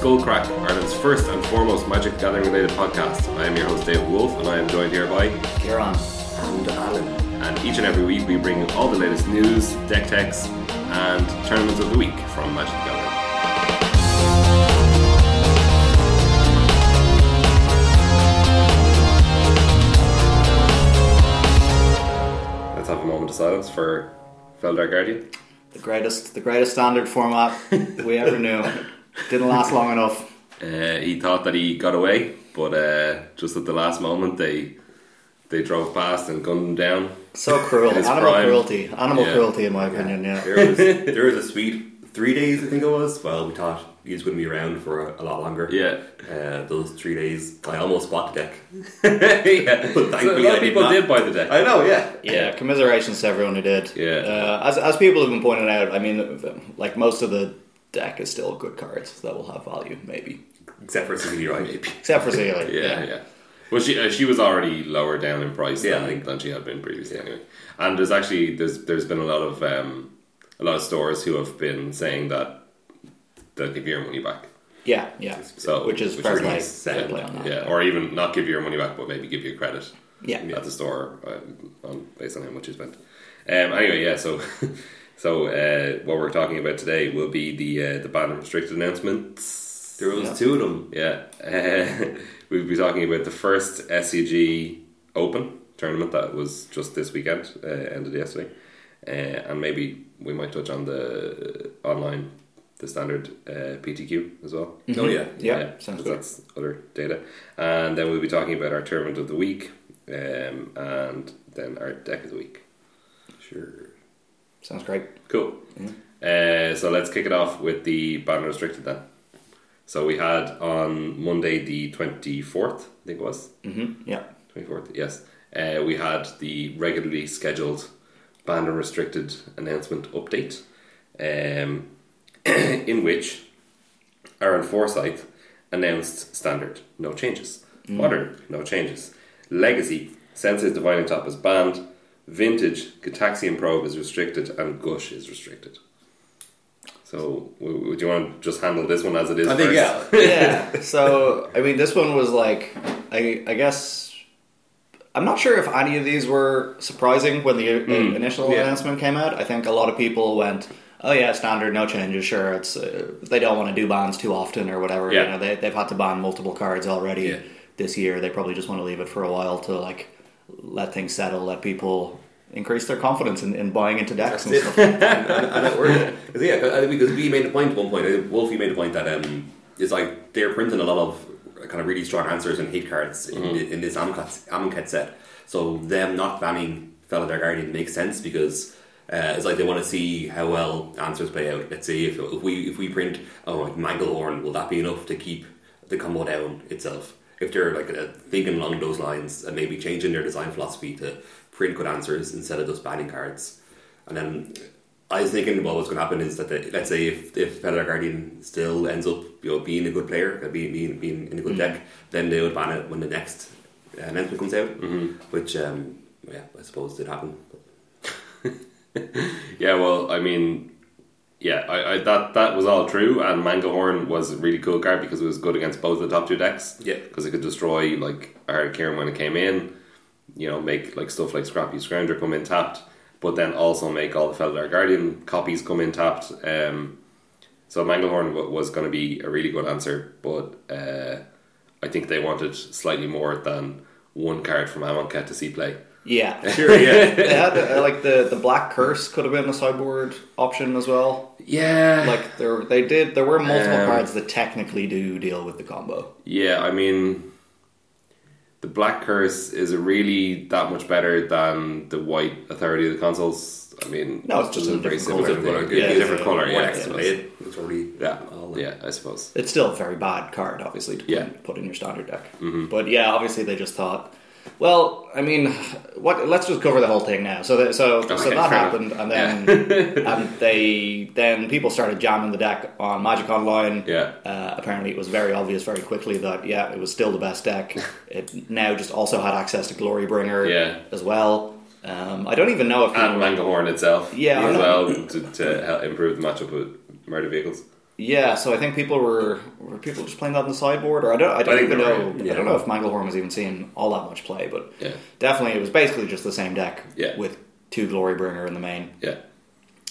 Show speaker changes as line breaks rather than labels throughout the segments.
Cool Crack, Ireland's first and foremost Magic Gathering related podcast. I am your host David Wolf, and I am joined here by
Kieran and Alan.
And each and every week we bring you all the latest news, deck techs, and tournaments of the week from Magic the Gathering. Let's have a moment of silence for Feldar Guardian.
The greatest, the greatest standard format we ever knew. Didn't last long enough.
Uh, he thought that he got away, but uh, just at the last moment they they drove past and gunned him down.
So cruel.
It's
Animal
prime.
cruelty. Animal
Yeah.
cruelty, in my opinion. Yeah.
There was there was a sweet three days, I think it was. Well, we thought he was going to be around for a, a lot longer.
Yeah.
Uh, those three days, I almost bought the deck.
yeah.
But
So a
thankfully
lot
I
of
did
people
not.
did buy the deck.
I know, yeah.
Yeah, commiserations to everyone who did.
Yeah.
Uh, as, as people have been pointing out, I mean, like most of the deck is still good cards that will have value, maybe.
Except for Cecilia Ryan. Maybe.
Except for Zealy.
yeah, yeah. Well, she uh, she was already lower down in price
Yeah, I
than,
think-
than she had been previously, anyway. And there's actually there's there's been a lot of um, a lot of stores who have been saying that they'll give your money back.
Yeah, yeah.
So
which is fair
really
play. Fair
sad,
play on that.
yeah, or even not give your money back, but maybe give you credit.
Yeah.
at the store uh, on, based on how much you spent. Um, anyway, yeah. So, so uh, what we're talking about today will be the uh, the ban and restricted announcements.
There was
Yeah.
two of them.
Yeah, uh, we'll be talking about the first SEG Open tournament that was just this weekend, uh, ended yesterday, uh, and maybe we might touch on the uh, online, the standard uh, PTQ as well.
Oh yeah.
Yeah,
'cause
sounds good.
That's other data, and then we'll be talking about our tournament of the week, um, and then our deck of the week.
Sure.
Sounds great.
Cool. Uh, so let's kick it off with the ban restricted then. So we had on Monday the twenty fourth, I think it was
hmm Yeah.
twenty fourth. Yes, uh, we had the regularly scheduled ban and restricted announcement update, um, in which Aaron Forsyth announced standard no changes,
Mm.
modern no changes, legacy Sensei's Divining Top is banned, vintage Gataxian Probe is restricted, and Gush is restricted. So, w- w- do you want to just handle this one as it is?
I think
first?
yeah.
yeah. So I mean, this one was like, I I guess I'm not sure if any of these were surprising when the uh, initial
Hmm. yeah.
announcement came out. I think a lot of people went, "Oh yeah, standard, no changes." Sure, it's uh, they don't want to do bans too often or whatever.
Yeah.
You know, they they've had to ban multiple cards already
Yeah.
this year. They probably just want to leave it for a while to like let things settle, let people increase their confidence in, in buying into decks and
That's
stuff.
it. and, and, and it worked. 'Cause, yeah, 'cause I think because we made a point at one point. I think Wolfie made a point that um, it's like they're printing a lot of kind of really strong answers and hate cards in, in this Amonkhet, Amonkhet set. So them not banning Fellow Dark Guardian makes sense because. Uh, it's like they want to see how well answers play out. Let's see if, if we if we print oh like Manglehorn, will that be enough to keep the combo down itself? If they're like uh, thinking along those lines and maybe changing their design philosophy to print good answers instead of just banning cards, and then I was thinking, well, what's going to happen is that, the, let's say, if, if Fellow Guardian still ends up you know, being a good player, uh, being, being, being in a good
Mm-hmm.
deck, then they would ban it when the next uh, announcement comes out, mm-hmm. which, um, yeah, I suppose did happen.
Yeah, well, I mean, yeah, I, I that that was all true, and Manglehorn was a really cool card because it was good against both the top two decks.
Yeah.
because it could destroy like I heard Kieran when it came in, you know, make like stuff like Scrappy Scrounger come in tapped, but then also make all the Felidar Guardian copies come in tapped. Um, so Manglehorn w- was going to be a really good answer, but uh, I think they wanted slightly more than one card from Amonkhet to see play.
Yeah.
Sure, yeah.
they had uh, like the the black curse could have been a sideboard option as well.
Yeah,
Like there they did there were multiple
Um,
cards that technically do deal with the combo.
Yeah, I mean, the Black Curse is a really that much better than the White Authority of the consoles. I mean,
No, it's just a
very
different
similar
colour.
thing.
Different
Yeah,
colour, yeah.
different color. Oh, Yeah,
One
I
extra
suppose.
blade, it's already
yeah,
all-
yeah, I suppose.
It's still a very bad card, obviously, to put,
Yeah. Mm-hmm.
put in your standard deck. But yeah, obviously they just thought, well, I mean, what? Let's just cover the whole thing now. So, that so, so
Okay,
that
fair
happened,
enough.
and then and they then people started jamming the deck on Magic Online.
Yeah.
Uh, apparently, it was very obvious very quickly that yeah, it was still the best deck. it now just also had access to Glorybringer
Yeah.
as well. Um, I don't even know if
And
people
Manglehorn itself,
Yeah, I
as
know.
well to, to help improve the matchup with murder vehicles.
Yeah, so I think people were were people just playing that on the sideboard, or I don't I don't
think
even
they were,
know
yeah.
I don't know if Manglehorn was even seeing all that much play, but
Yeah.
definitely it was basically just the same deck
Yeah.
with two Glorybringer in the main,
Yeah.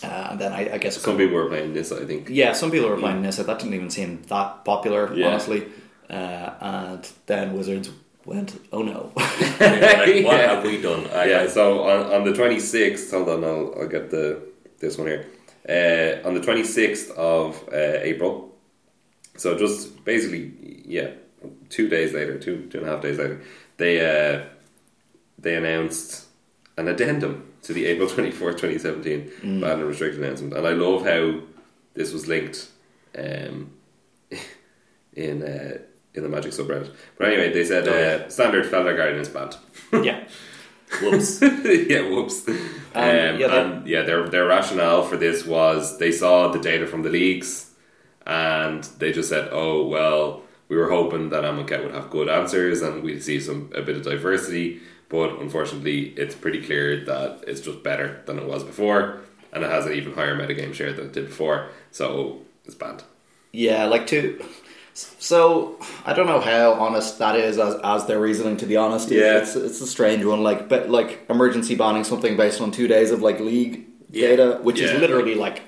uh, and then I, I guess
Some people were playing this, I think.
yeah, some people were playing this. That didn't even seem that popular,
Yeah.
honestly. Uh, and then Wizards went, oh no,
Like, what
Yeah.
have we done? Uh, I,
Uh, yeah, so on, on the 26th, hold on, I'll, I'll get the this one here. Uh, on the 26th of uh, April, so just basically, yeah, two days later, two two and a half days later, they uh, they announced an addendum to the April 24th, 2017 ban and restricted announcement. And I love how this was linked um, in uh, in the Magic subreddit. But anyway, they said uh, standard Felder Guardian is banned
yeah,
whoops.
yeah, whoops. Um,
yeah, that-
and yeah, their their rationale for this was they saw the data from the leagues, and they just said, "Oh well, we were hoping that Amoket would have good answers and we'd see some a bit of diversity, but unfortunately, it's pretty clear that it's just better than it was before, and it has an even higher metagame share than it did before, so it's banned."
yeah, like two. So I don't know how honest that is as, as their reasoning. To be honest,
Yeah.
it's it's a strange one. Like but like emergency banning something based on two days of like league data, which
Yeah.
is literally like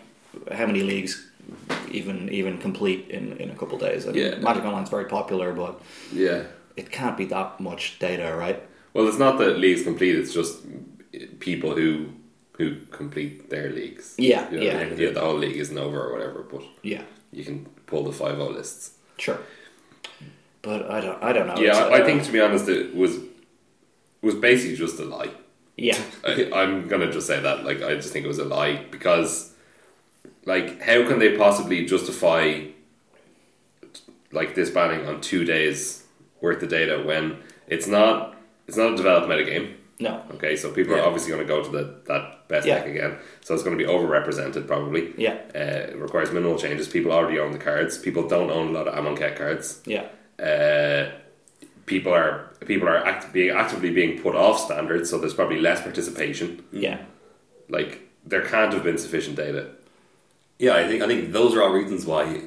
how many leagues even even complete in in a couple days. I mean,
Yeah.
Magic Online's very popular, but
Yeah.
it can't be that much data, right?
Well, it's not that leagues complete; it's just people who who complete their leagues.
Yeah,
You know,
yeah.
yeah. The whole league isn't over or whatever, but
Yeah.
you can pull the five O lists.
Sure. But I don't. I don't know.
Yeah,
It's,
I, I
uh,
think to be honest, it was was basically just a lie.
Yeah,
I, I'm gonna just say that. Like, I just think it was a lie because, like, how can they possibly justify like this banning on two days worth of data when it's not it's not a developed metagame.
no.
Okay, so people
Yeah.
are obviously going to go to the, that best
Yeah.
deck again. So it's going to be overrepresented probably.
Yeah.
Uh, it requires minimal changes. People already own the cards. People don't own a lot of Amonkhet cards.
Yeah,
Uh, people are people are act, being actively being put off standards, so there's probably less participation.
yeah,
Like there can't have been sufficient data.
Yeah, I think I think those are all reasons why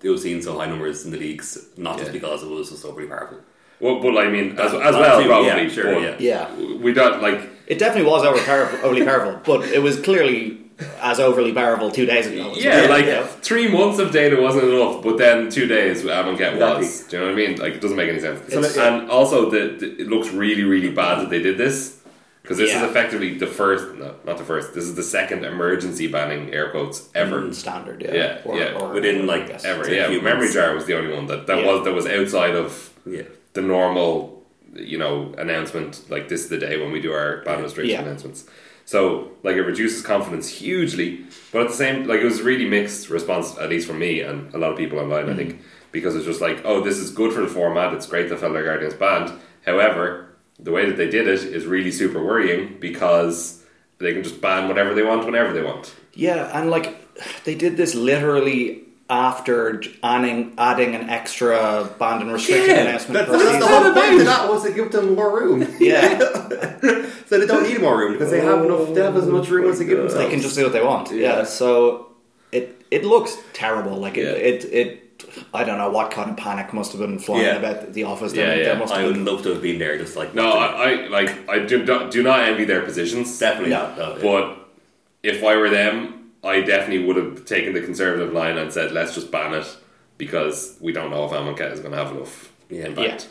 they were seeing so high numbers in the leagues, not just
Yeah.
because it was just so pretty powerful.
Well, but I mean, as, as
That
well,
too,
probably.
yeah, sure,
but
yeah.
yeah.
We don't like.
It definitely was over powerful, overly powerful, but it was clearly as overly powerful two days ago.
Yeah, like
yeah.
three months of data wasn't enough, but then two days with Amonkhet
Exactly.
was. Do you know what I mean? Like it doesn't make any sense.
It's-
and also, the, the, it looks really, really bad that they did this because this
Yeah.
is effectively the first, no, not the first. This is the second emergency banning air quotes ever.
Mm. standard. Yeah,
Yeah, yeah,
within,
I
like,
guess.
Ever,
It's a
yeah.
few
Memory
months.
Jar was the only one that that
Yeah.
was that was outside of
Yeah.
the normal, you know, announcement. Like this is the day when we do our ban restriction
Yeah.
announcements. So like it reduces confidence hugely, but at the same, like it was really mixed response at least from me and a lot of people online.
Mm.
I think because it's just like, oh, this is good for the format. It's great that Felder Guardians banned. However, the way that they did it is really super worrying because they can just ban whatever they want whenever they want.
Yeah, and like they did this literally after j- adding adding an extra banned and restricted
Yeah,
announcement.
that's- that's
per
the
season.
whole point of
that was to give them more room.
Yeah,
so they don't need more room because they have enough. They have as much room as they give
they
themselves.
can just do what they want. Yeah, so it it looks terrible. Like it
Yeah.
it. it I don't know what kind of panic must have been flying
Yeah.
about the office.
Yeah,
there,
yeah.
there must have
I would
been
love to have been there, just like
No, I, I like I do not do not envy their positions.
definitely
No.
not. No, yeah.
But if I were them, I definitely would have taken the conservative line and said, let's just ban it because we don't know if Amonkhet is going to have enough
Yeah.
impact.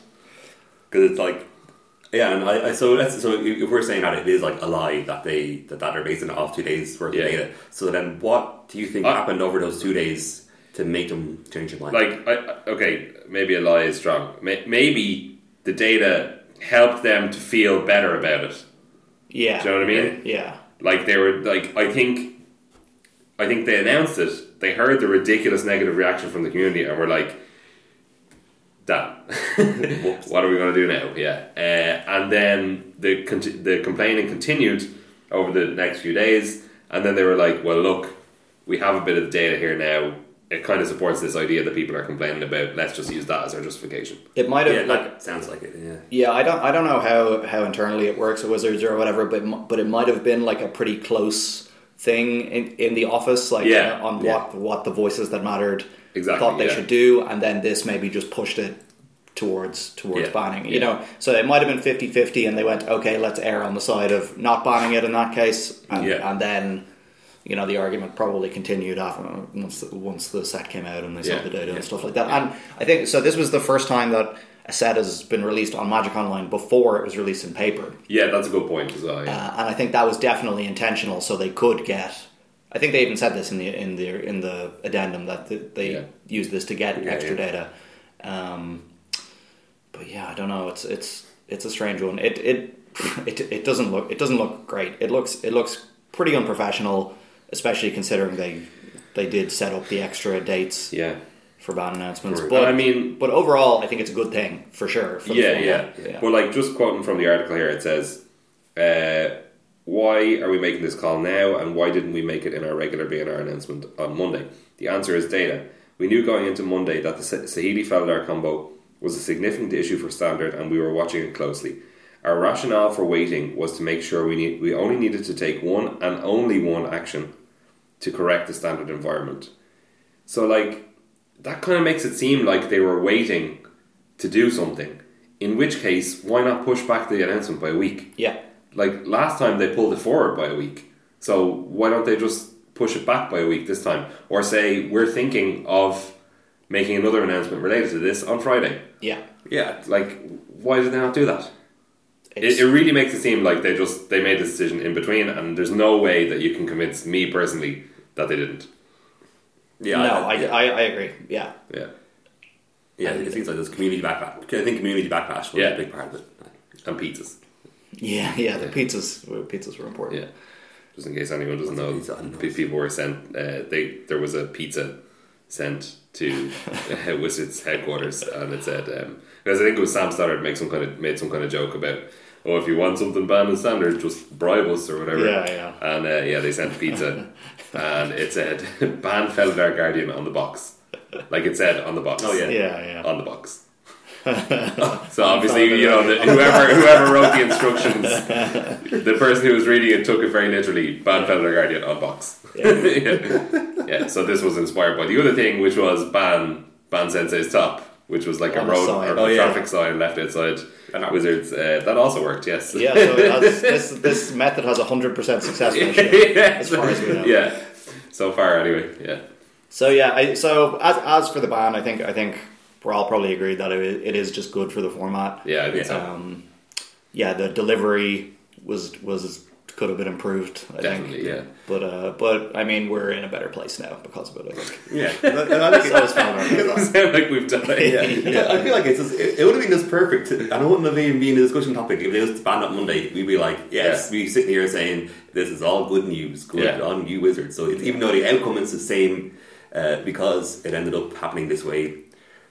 because it's like yeah and I, I so that's so if if we're saying that it is like a lie that they that, that they're basing it off two days worth
Yeah.
of data so then what do you think
I-
happened over those two days to make them change their mind
Like, I, I- okay, maybe a lie is strong. May- Maybe the data helped them to feel better about it.
Yeah.
Do you know what I mean?
Yeah.
Like they were like I think I think they announced it, they heard the ridiculous negative reaction from the community and were like damn what are we going to do now yeah uh, and then the conti- the complaining continued over the next few days and then they were like well look we have a bit of data here now it kind of supports this idea that people are complaining about let's just use that as our justification
It might have
yeah
like
that sounds like it yeah
yeah, I don't I don't know how how internally it works at Wizards or whatever, but it mi- but it might have been like a pretty close thing in, in the office, like
Yeah,
uh, on
yeah.
what what the voices that mattered
Exactly,
thought they
yeah.
should do, and then this maybe just pushed it towards towards
Yeah,
banning.
yeah.
You know, so it might have been 50-50 and they went, okay, let's err on the side of not banning it in that case, and,
Yeah.
and then. You know the argument probably continued after once the, once the set came out and they saw
Yeah,
the data
yeah.
and stuff like that. And I think so. This was the first time that a set has been released on Magic Online before it was released in paper.
Yeah, that's a good point as well. Yeah.
Uh, and I think that was definitely intentional, so they could get. I think they even said this in the in the in the addendum that th- they
Yeah.
used this to get
Yeah,
extra
yeah.
data. Um, but yeah, I don't know. It's it's it's a strange one. It it it it doesn't look it doesn't look great. It looks it looks pretty unprofessional, especially considering they they did set up the extra dates
yeah.
for ban announcements.
But
But
I mean,
but overall, I think it's a good thing for sure. For the
yeah,
format.
yeah, But like, just quoting from the article here, it says, uh, "Why are we making this call now, and why didn't we make it in our regular BNR announcement on Monday?" The answer is data. We knew going into Monday that the Sa- Sahili Faladar combo was a significant issue for Standard, and we were watching it closely. Our rationale for waiting was to make sure we need, we only needed to take one and only one action to correct the standard environment. So like that kind of makes it seem like they were waiting to do something. In which case, why not push back the announcement by a week?
yeah.
Like last time they pulled it forward by a week. So why don't they just push it back by a week this time? Or say we're thinking of making another announcement related to this on Friday.
yeah.
Yeah,
Like why did they not do that? It,
It's-
it really makes it seem like they just they made a decision in between and there's no way that you can convince me personally that they didn't.
yeah.
no, I,
yeah,
I, I agree. Yeah.
Yeah.
yeah, it seems like there's community backlash. I think community backlash was
Yeah.
a big part of it.
And pizzas.
Yeah, yeah, the pizzas were- pizzas were important.
Yeah. Just in case anyone doesn't
What's a
know,
pizza? I don't know.
pe- people were sent. Uh, they there was a pizza sent to uh, Wizards headquarters, and it said um, because I think it was Sam Stoddard make some kind of made some kind of joke about. Oh, if you want something banned in standard, just bribe us or whatever.
Yeah, yeah.
And uh, yeah, they sent pizza, and it said "Ban Feldar Guardian" on the box, like it said on the box.
Oh, yeah.
Yeah, yeah.
on the box. so obviously, you know, the, whoever whoever wrote the instructions, the person who was reading it took it very literally. Ban Felder Guardian on box. Yeah. yeah. So this was inspired by the other thing, which was ban ban Sensei's top, which was like
On
a
the
road
side.
or
Oh, yeah.
traffic sign left outside
And that-
Wizards. Uh, that also worked. Yes.
Yeah, so it has, this this method has a hundred percent success ratio.
yeah.
As far as we know.
Yeah. So far, anyway. Yeah.
So yeah, I, so as as for the ban, I think I think we're all probably agreed that it, i- it is just good for the format.
Yeah. I think so.
Um, yeah, the delivery was was could have been improved. I
Definitely.
think.
Yeah.
But uh, but I mean, we're in a better place now because of it. I think.
Yeah,
So it's fine.
Sound like we've done it. Yeah.
Yeah, I feel like it's just, it, it would have been just perfect. And it wouldn't have even been a discussion topic if they just banned it Monday. We'd be like, yes, we sitting here saying this is all good news, good
Yeah.
on you, Wizards. So it, even though the outcome is the same, uh, because it ended up happening this way,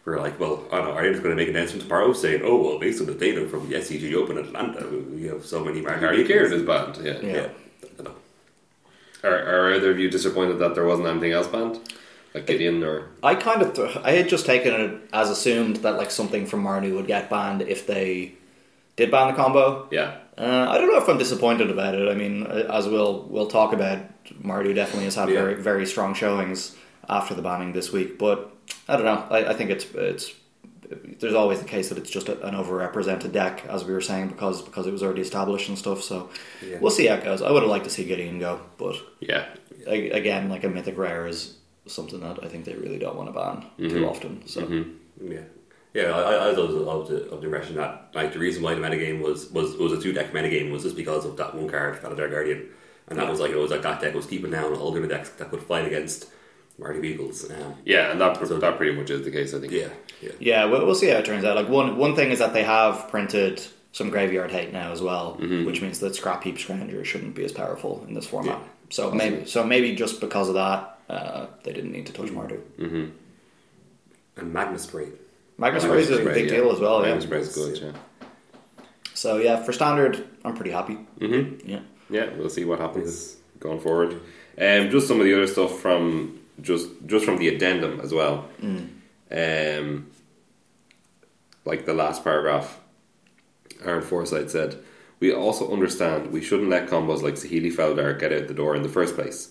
we're like, well, I don't know, are you just going to make an announcement tomorrow saying, oh, well, based on the data from the SCG Open Atlanta, we have so many market
Harry Kieran
leaders."
is banned. Yeah.
Yeah.
Yeah, I don't know.
Are, are either of you disappointed that there wasn't anything else banned? Like Gideon or.
I kind of th- I had just taken it as assumed that like something from Marnie would get banned if they did ban the combo.
Yeah.
Uh, I don't know if I'm disappointed about it. I mean, uh, as we'll we'll talk about, Mardu definitely has had
Yeah.
very very strong showings after the banning this week. But I don't know. I, I think it's it's there's always the case that it's just a, an overrepresented deck, as we were saying, because because it was already established and stuff. So
Yeah.
we'll see how it goes. I would have liked to see Gideon go, but
Yeah.
I, again, like a mythic rare is something that I think they really don't want to ban too often. So
Yeah, yeah. I, I- I was of the, of the impression that like the reason why the metagame was was was a two deck metagame was just because of that one card, Validar Guardian, and that was like it was like that deck was keeping down all the other decks that could fight against Marty Beagles. Um,
Yeah, and that, pr- that pretty much is the case, I think.
yeah, yeah,
yeah, we'll, we'll see how it turns out. Like one one thing is that they have printed some graveyard hate now as well, which means that scrap heap scrounger shouldn't be as powerful in this format.
Yeah.
So maybe so maybe just because of that, uh, they didn't need to touch Mardu.
and Magnus Spray.
Magnus
Magnus
Rays is a
Spray,
big
yeah.
deal as well.
Magnus
yeah.
Spray is good, yeah.
So yeah, for standard, I'm pretty happy. Mm-hmm. Yeah.
Yeah, we'll see what happens going forward. Um, just some of the other stuff from just just from the addendum as well.
Mm.
Um, like the last paragraph, Aaron Forsyth said, We also understand we shouldn't let combos like Sahili Feldar get out the door in the first place.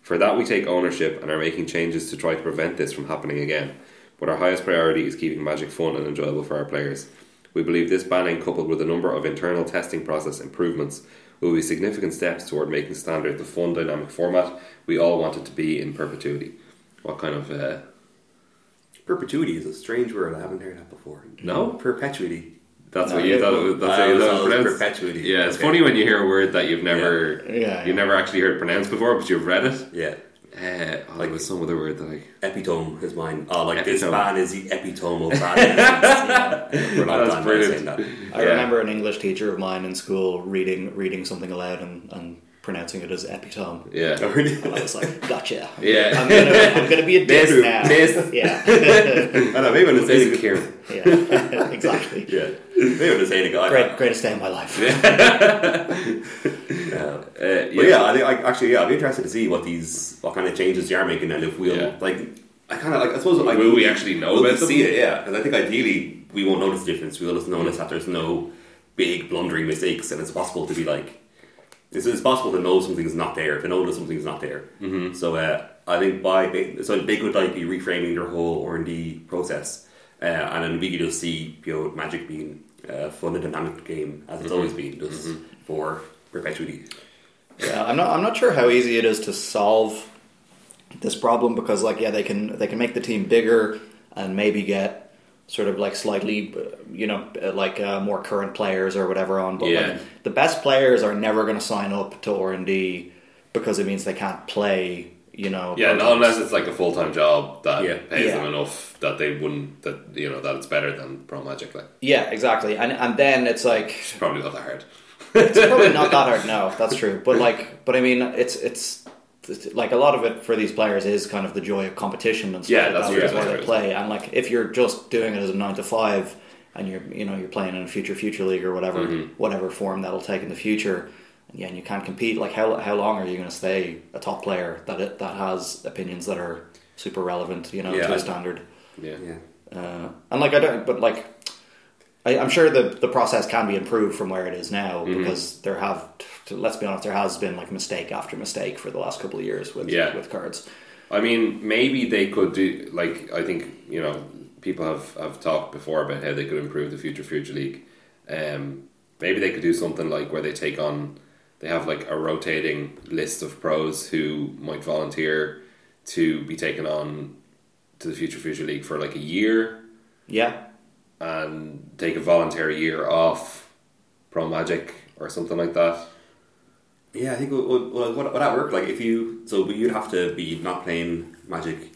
For that, we take ownership and are making changes to try to prevent this from happening again. But our highest priority is keeping Magic fun and enjoyable for our players. We believe this banning, coupled with a number of internal testing process improvements, will be significant steps toward making Standard the fun, dynamic format we all want it to be in perpetuity. What kind of. Uh,
Perpetuity is a strange word. I haven't heard that before.
no?
Perpetuity.
That's
No,
what you
it-
thought it was. That's
I
how you
always
thought it was
thought it was
pronounced.
perpetuity.
Yeah, it's
Okay.
funny when you hear a word that you've never,
Yeah. Yeah,
you
yeah.
never actually heard pronounced before, but you've read it.
Yeah.
Uh, oh, there
Like-
was some other word that I.
Epitome is mine. Oh, like this
Epitome.
man is the epitome of bad. We're not
That's
done by
brilliant.
saying that.
I
Yeah.
remember an English teacher of mine in school reading reading something aloud and, and pronouncing it as epitome.
Yeah.
Oh, really?
And I was like, gotcha.
Yeah.
I'm gonna, I'm gonna be a dick
This-
now.
this.
Yeah.
I don't know, maybe when it's
Is it
saying
Kieran?
yeah. exactly.
Yeah. Maybe when it's saying a guy.
Great, greatest day of my life.
Yeah.
Uh, yeah.
But yeah, I think I, actually, yeah, I'd be interested to see what these, what kind of changes they are making, and if we'll
Yeah.
like, I kind of like, I suppose, like,
Will we actually know
will we
about them?
see it? Yeah, because I think ideally we won't notice the difference. We'll just notice that there's no big blundering mistakes, and it's possible to be like, it's, it's possible to know something's not there, to know that something's not there. Mm-hmm. So uh, I think by they- so they could like be reframing their whole R and D process, uh, and then we could just see you know Magic being a fun and dynamic game as it's
Mm-hmm.
always been, just for perpetuity.
Yeah, I'm not. I'm not sure how easy it is to solve this problem because, like, yeah, they can they can make the team bigger and maybe get sort of like slightly, uh, you know, uh, like uh, more current players or whatever on. But
Yeah.
like, the best players are never going to sign up to R and D because it means they can't play. You know.
Yeah,
programs.
no, unless it's like a full time job that
Yeah.
pays
Yeah.
them enough that they wouldn't that you know that it's better than pro magic. Like
Yeah, exactly. And and then it's like
it's probably not that hard.
it's probably not that hard. No, that's true. But like, but I mean, it's it's it's- like a lot of it for these players is kind of the joy of competition and stuff.
Yeah,
like
that's
that,
true,
which is
that's
why
true.
they play. And like, if you're just doing it as a nine to five, and you're you know you're playing in a future future league or whatever
Mm-hmm.
whatever form that'll take in the future. and Yeah, and you can't compete. Like, how, how long are you going to stay a top player that it, that has opinions that are super relevant, you know,
Yeah,
to
I-
a standard?
Yeah.
Yeah.
Uh, and like I don't, but like I, I'm sure the the process can be improved from where it is now
Mm-hmm.
because there have, t- let's be honest, there has been like mistake after mistake for the last couple of years with
Yeah.
with cards.
I mean, maybe they could do like I think you know people have have talked before about how they could improve the future future league. Um, maybe they could do something like where they take on they have like a rotating list of pros who might volunteer to be taken on to the future future league for like a year
Yeah,
and take a voluntary year off pro magic or something like that.
Yeah, I think what what what that work like if you so but you'd have to be not playing Magic,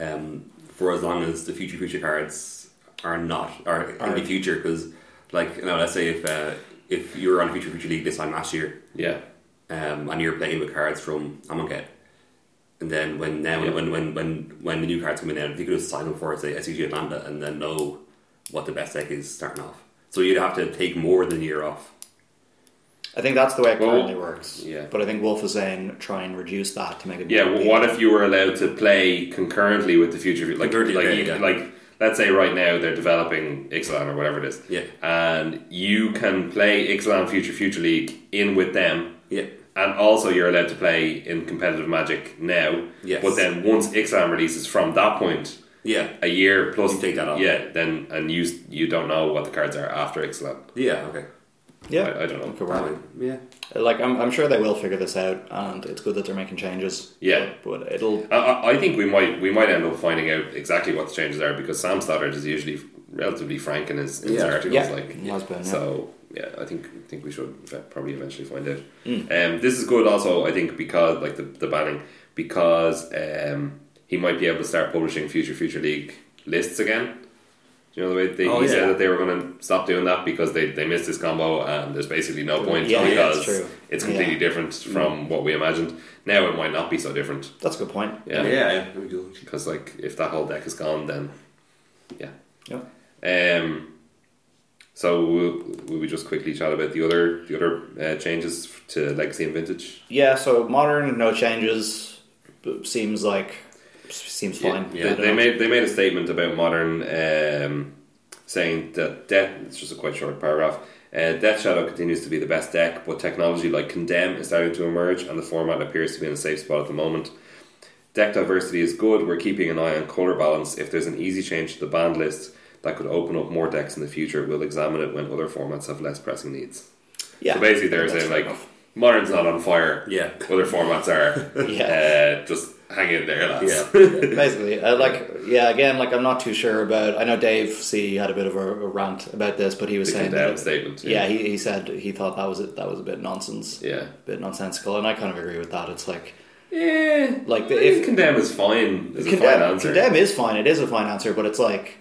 um, for as long as the future future cards are not are in the
Are-
future because like you know let's say if uh, if you were on future future league this time last year,
Yeah.
um, and you're playing with cards from Amonkhet, and then when now
Yeah.
when, when when when the new cards come in, if you could just sign up for say SCG Atlanta and then know what the best deck is starting off, so you'd have to take more than a year off.
I think that's the way it
Well,
currently works.
yeah.
but I think Wolf is saying try and reduce that to make it.
Yeah.
more
wh- What if you were allowed to play concurrently with the future? Like,
Concurrently,
like,
yeah,
you-
yeah.
like, let's say right now they're developing Ixalan or whatever it is.
Yeah.
And you can play Ixalan Future Future League in with them.
Yeah,
And also, you're allowed to play in competitive Magic now.
Yes.
But then, once Ixalan releases from that point,
yeah,
a year plus
You take that off.
Yeah. Then and you s- you don't know what the cards are after Ixalan.
yeah. Okay,
yeah,
I, I don't know.
It could work.
yeah.
Like I'm, I'm sure they will figure this out, and it's good that they're making changes.
Yeah.
but, but it'll
I- I, I think we might we might end up finding out exactly what the changes are because Sam Stoddard is usually relatively frank in his, in his
Yeah.
articles.
Yeah.
Like,
He has been, yeah.
So yeah, I think I think we should ve- probably eventually find out.
Hmm.
Um, this is good also. I think because like the, the banning because um, he might be able to start publishing future future league lists again. Do you know the way they,
Oh,
he
yeah.
said that they were going to stop doing that because they, they missed this combo and there's basically no point
Yeah, yeah, it's
because
true.
it's completely
Yeah. Hmm.
different from what we imagined. Now it might not be so different.
that's a good point.
Yeah.
yeah, yeah. we do.
Because like if that whole deck is gone, then
Yeah.
um. So will, will we just quickly chat about the other the other uh, changes f- to legacy and vintage?
Yeah, so modern no changes b- seems like seems fine.
Yeah, yeah.
I don't
They
know.
made they made a statement about modern um, saying that death. It's just a quite short paragraph. Uh, Death Shadow continues to be the best deck, but technology like Condemn is starting to emerge, and the format appears to be in a safe spot at the moment. Deck diversity is good. We're keeping an eye on color balance. If there's an easy change to the band list that could open up more decks in the future, we'll examine it when other formats have less pressing needs.
Yeah.
So basically, they're
That's
saying
fair
like
enough.
modern's not on fire.
Yeah.
Other formats are.
Yeah.
Uh, just hang in there, lads.
Yeah.
basically, uh, like, yeah, again, like, I'm not too sure about. I know Dave C had a bit of a, a rant about this, but he was
The
saying
condemned
that-
statement, yeah.
Yeah, he, he said he thought that was a, that was a bit nonsense,
yeah.
a bit nonsensical, and I kind of agree with that. It's like
Yeah.
Like,
I
if-
think condemn is fine. Is a fine
condemn,
answer.
condemn is fine. It is a fine answer, but it's like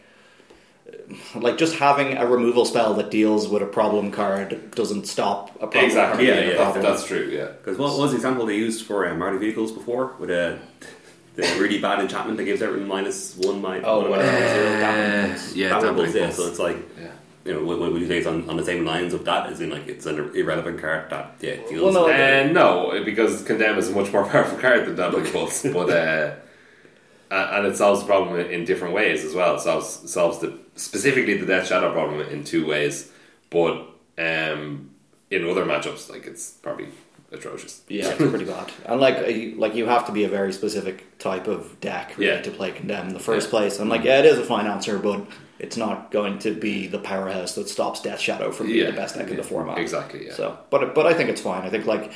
like just having a removal spell that deals with a problem card doesn't stop a problem.
Exactly.
card
Yeah.
being a
yeah
problem.
that's, that's true. Yeah.
Because what was the example they used for um, Marty Vehicles before with uh, the really bad enchantment that gives everyone minus one minus
Oh,
one
well,
minus zero
uh,
damage?
yeah,
That one
damage
was it.
pulse.
So it's like
Yeah.
you know what, what would you say is on, on the same lines of that? As in like it's an irrelevant card that yeah deals.
Well, no,
with-
Uh, no, because condemn is a much more powerful card than Dabbling Pulse, but uh, a- and it solves the problem in- in different ways as well. It solves solves the specifically the Death Shadow problem in two ways, but um, in other matchups, like it's probably atrocious.
Yeah, it's pretty bad. And like, you- like you have to be a very specific type of deck really
Yeah.
to play condemn in the first
Yeah.
place. And like, yeah, it is a fine answer, but it's not going to be the powerhouse that stops Death Shadow from being
Yeah.
the best deck in the
Yeah.
format.
Exactly, yeah.
So, but but I think it's fine. I think like,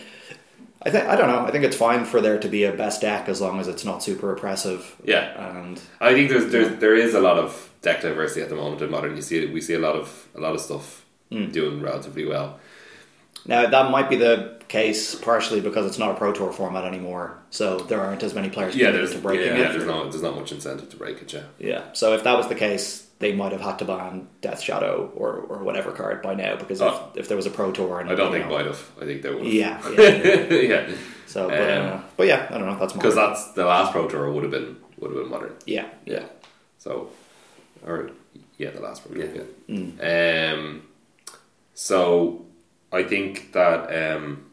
I think I don't know. I think it's fine for there to be a best deck as long as it's not super oppressive.
Yeah.
and
I think there's, there's there is a lot of deck diversity at the moment in modern. You see, we see a lot of a lot of stuff doing relatively well.
Now that might be the case partially because it's not a pro tour format anymore, so there aren't as many players.
Yeah,
committed
there's
to
yeah,
breaking
yeah,
it.
there's not there's not much incentive to break it. Yeah,
Yeah. So if that was the case, they might have had to ban Death Shadow or, or whatever card by now because
Oh.
if, if there was a pro tour and
I don't
you
think
know-
might have. I think they would.
Yeah. yeah, yeah.
yeah.
So, but, uh,
Um,
but yeah, I don't know. That's more.
because that's the last pro tour would have been would have been modern.
yeah, yeah.
So, or yeah, the last pro tour.
Yeah.
Yeah.
Mm.
Um. So, I think that um,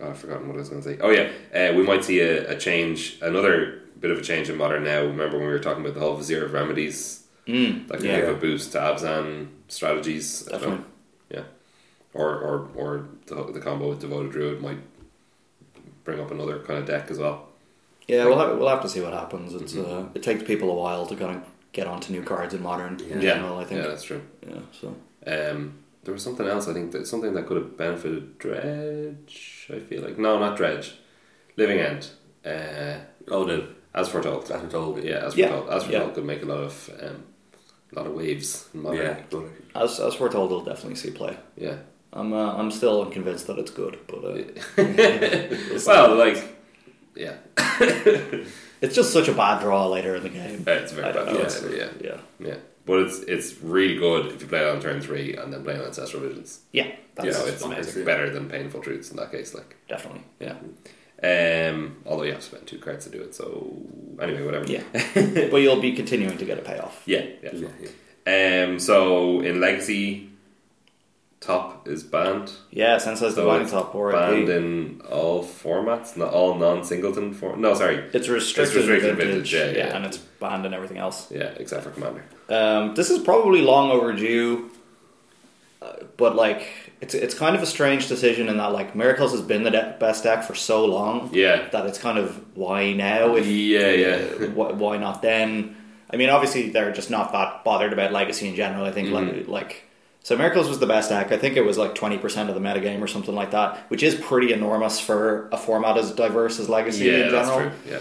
oh, I've forgotten what I was going to say. Oh yeah, uh, we might see a, a change, another bit of a change in modern now. Remember when we were talking about the whole Vizier of Remedies
Mm,
that can
yeah.
give a boost to Abzan strategies. I don't know.
Definitely.
Yeah. Or or or the, the combo with Devoted Druid might bring up another kind of deck as well.
Yeah, we'll have, we'll have to see what happens. It's
Mm-hmm.
uh, it takes people a while to kind of get onto new cards in modern. in
Yeah,
general, I think.
yeah,
Yeah.
that's true.
so
Um, there was something else. I think that something that could have benefited Dredge. I feel like no, not Dredge. Living End. Uh,
oh the
as foretold.
that's what told
Yeah, as
Yeah,
foretold. As
yeah.
foretold could make a lot of um, a lot of waves. In modern.
yeah.
as as we're told, we'll definitely see play.
yeah.
I'm uh, I'm still unconvinced that it's good, but uh,
well, like, yeah,
it's just such a bad draw later in the game.
Uh, it's a very
I don't
bad.
know,
Yeah,
it's-
yeah,
yeah,
yeah. But it's it's really good if you play it on turn three and then play on Ancestral Visions.
yeah. That's
you know,
it's
it's,
fine,
it's
yeah.
better than Painful Truths in that case. Like,
definitely.
Yeah. Um, although you have to spend two cards to do it, so anyway, whatever.
Yeah. but you'll be continuing to get a payoff.
yeah, yeah.
Yeah, yeah.
Um, so in Legacy, top is banned.
Yeah, Sensei's
So
Divine
it's
Top or
banned in all formats, not all non-singleton form. No, sorry.
It's restricted,
It's restricted
vintage,
vintage, yeah, yeah, yeah.
and it's banned in everything else.
Yeah, except for Commander.
Um, this is probably long overdue, uh, but like it's it's kind of a strange decision in that like Miracles has been the de- best deck for so long
Yeah.
that it's kind of why now if
Yeah, yeah.
uh, wh- why not then? I mean, obviously they're just not that bothered about legacy in general. I think
Mm-hmm.
like, like so Miracles was the best deck. I think it was like twenty percent of the metagame or something like that, which is pretty enormous for a format as diverse as legacy
Yeah,
in
that's
general.
true. Yeah.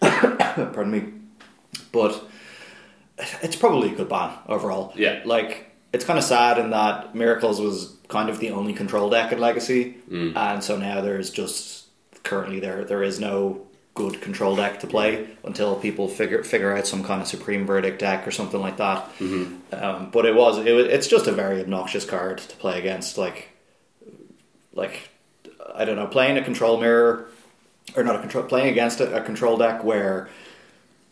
Pardon me, but it's probably a good ban overall.
Yeah.
like it's kind of sad in that Miracles was kind of the only control deck in Legacy, and so now there's just currently there there is no good control deck to play until people figure figure out some kind of Supreme Verdict deck or something like that. Um, but it was it was, it's just a very obnoxious card to play against. Like like I don't know, playing a control mirror or not a control playing against a, a control deck where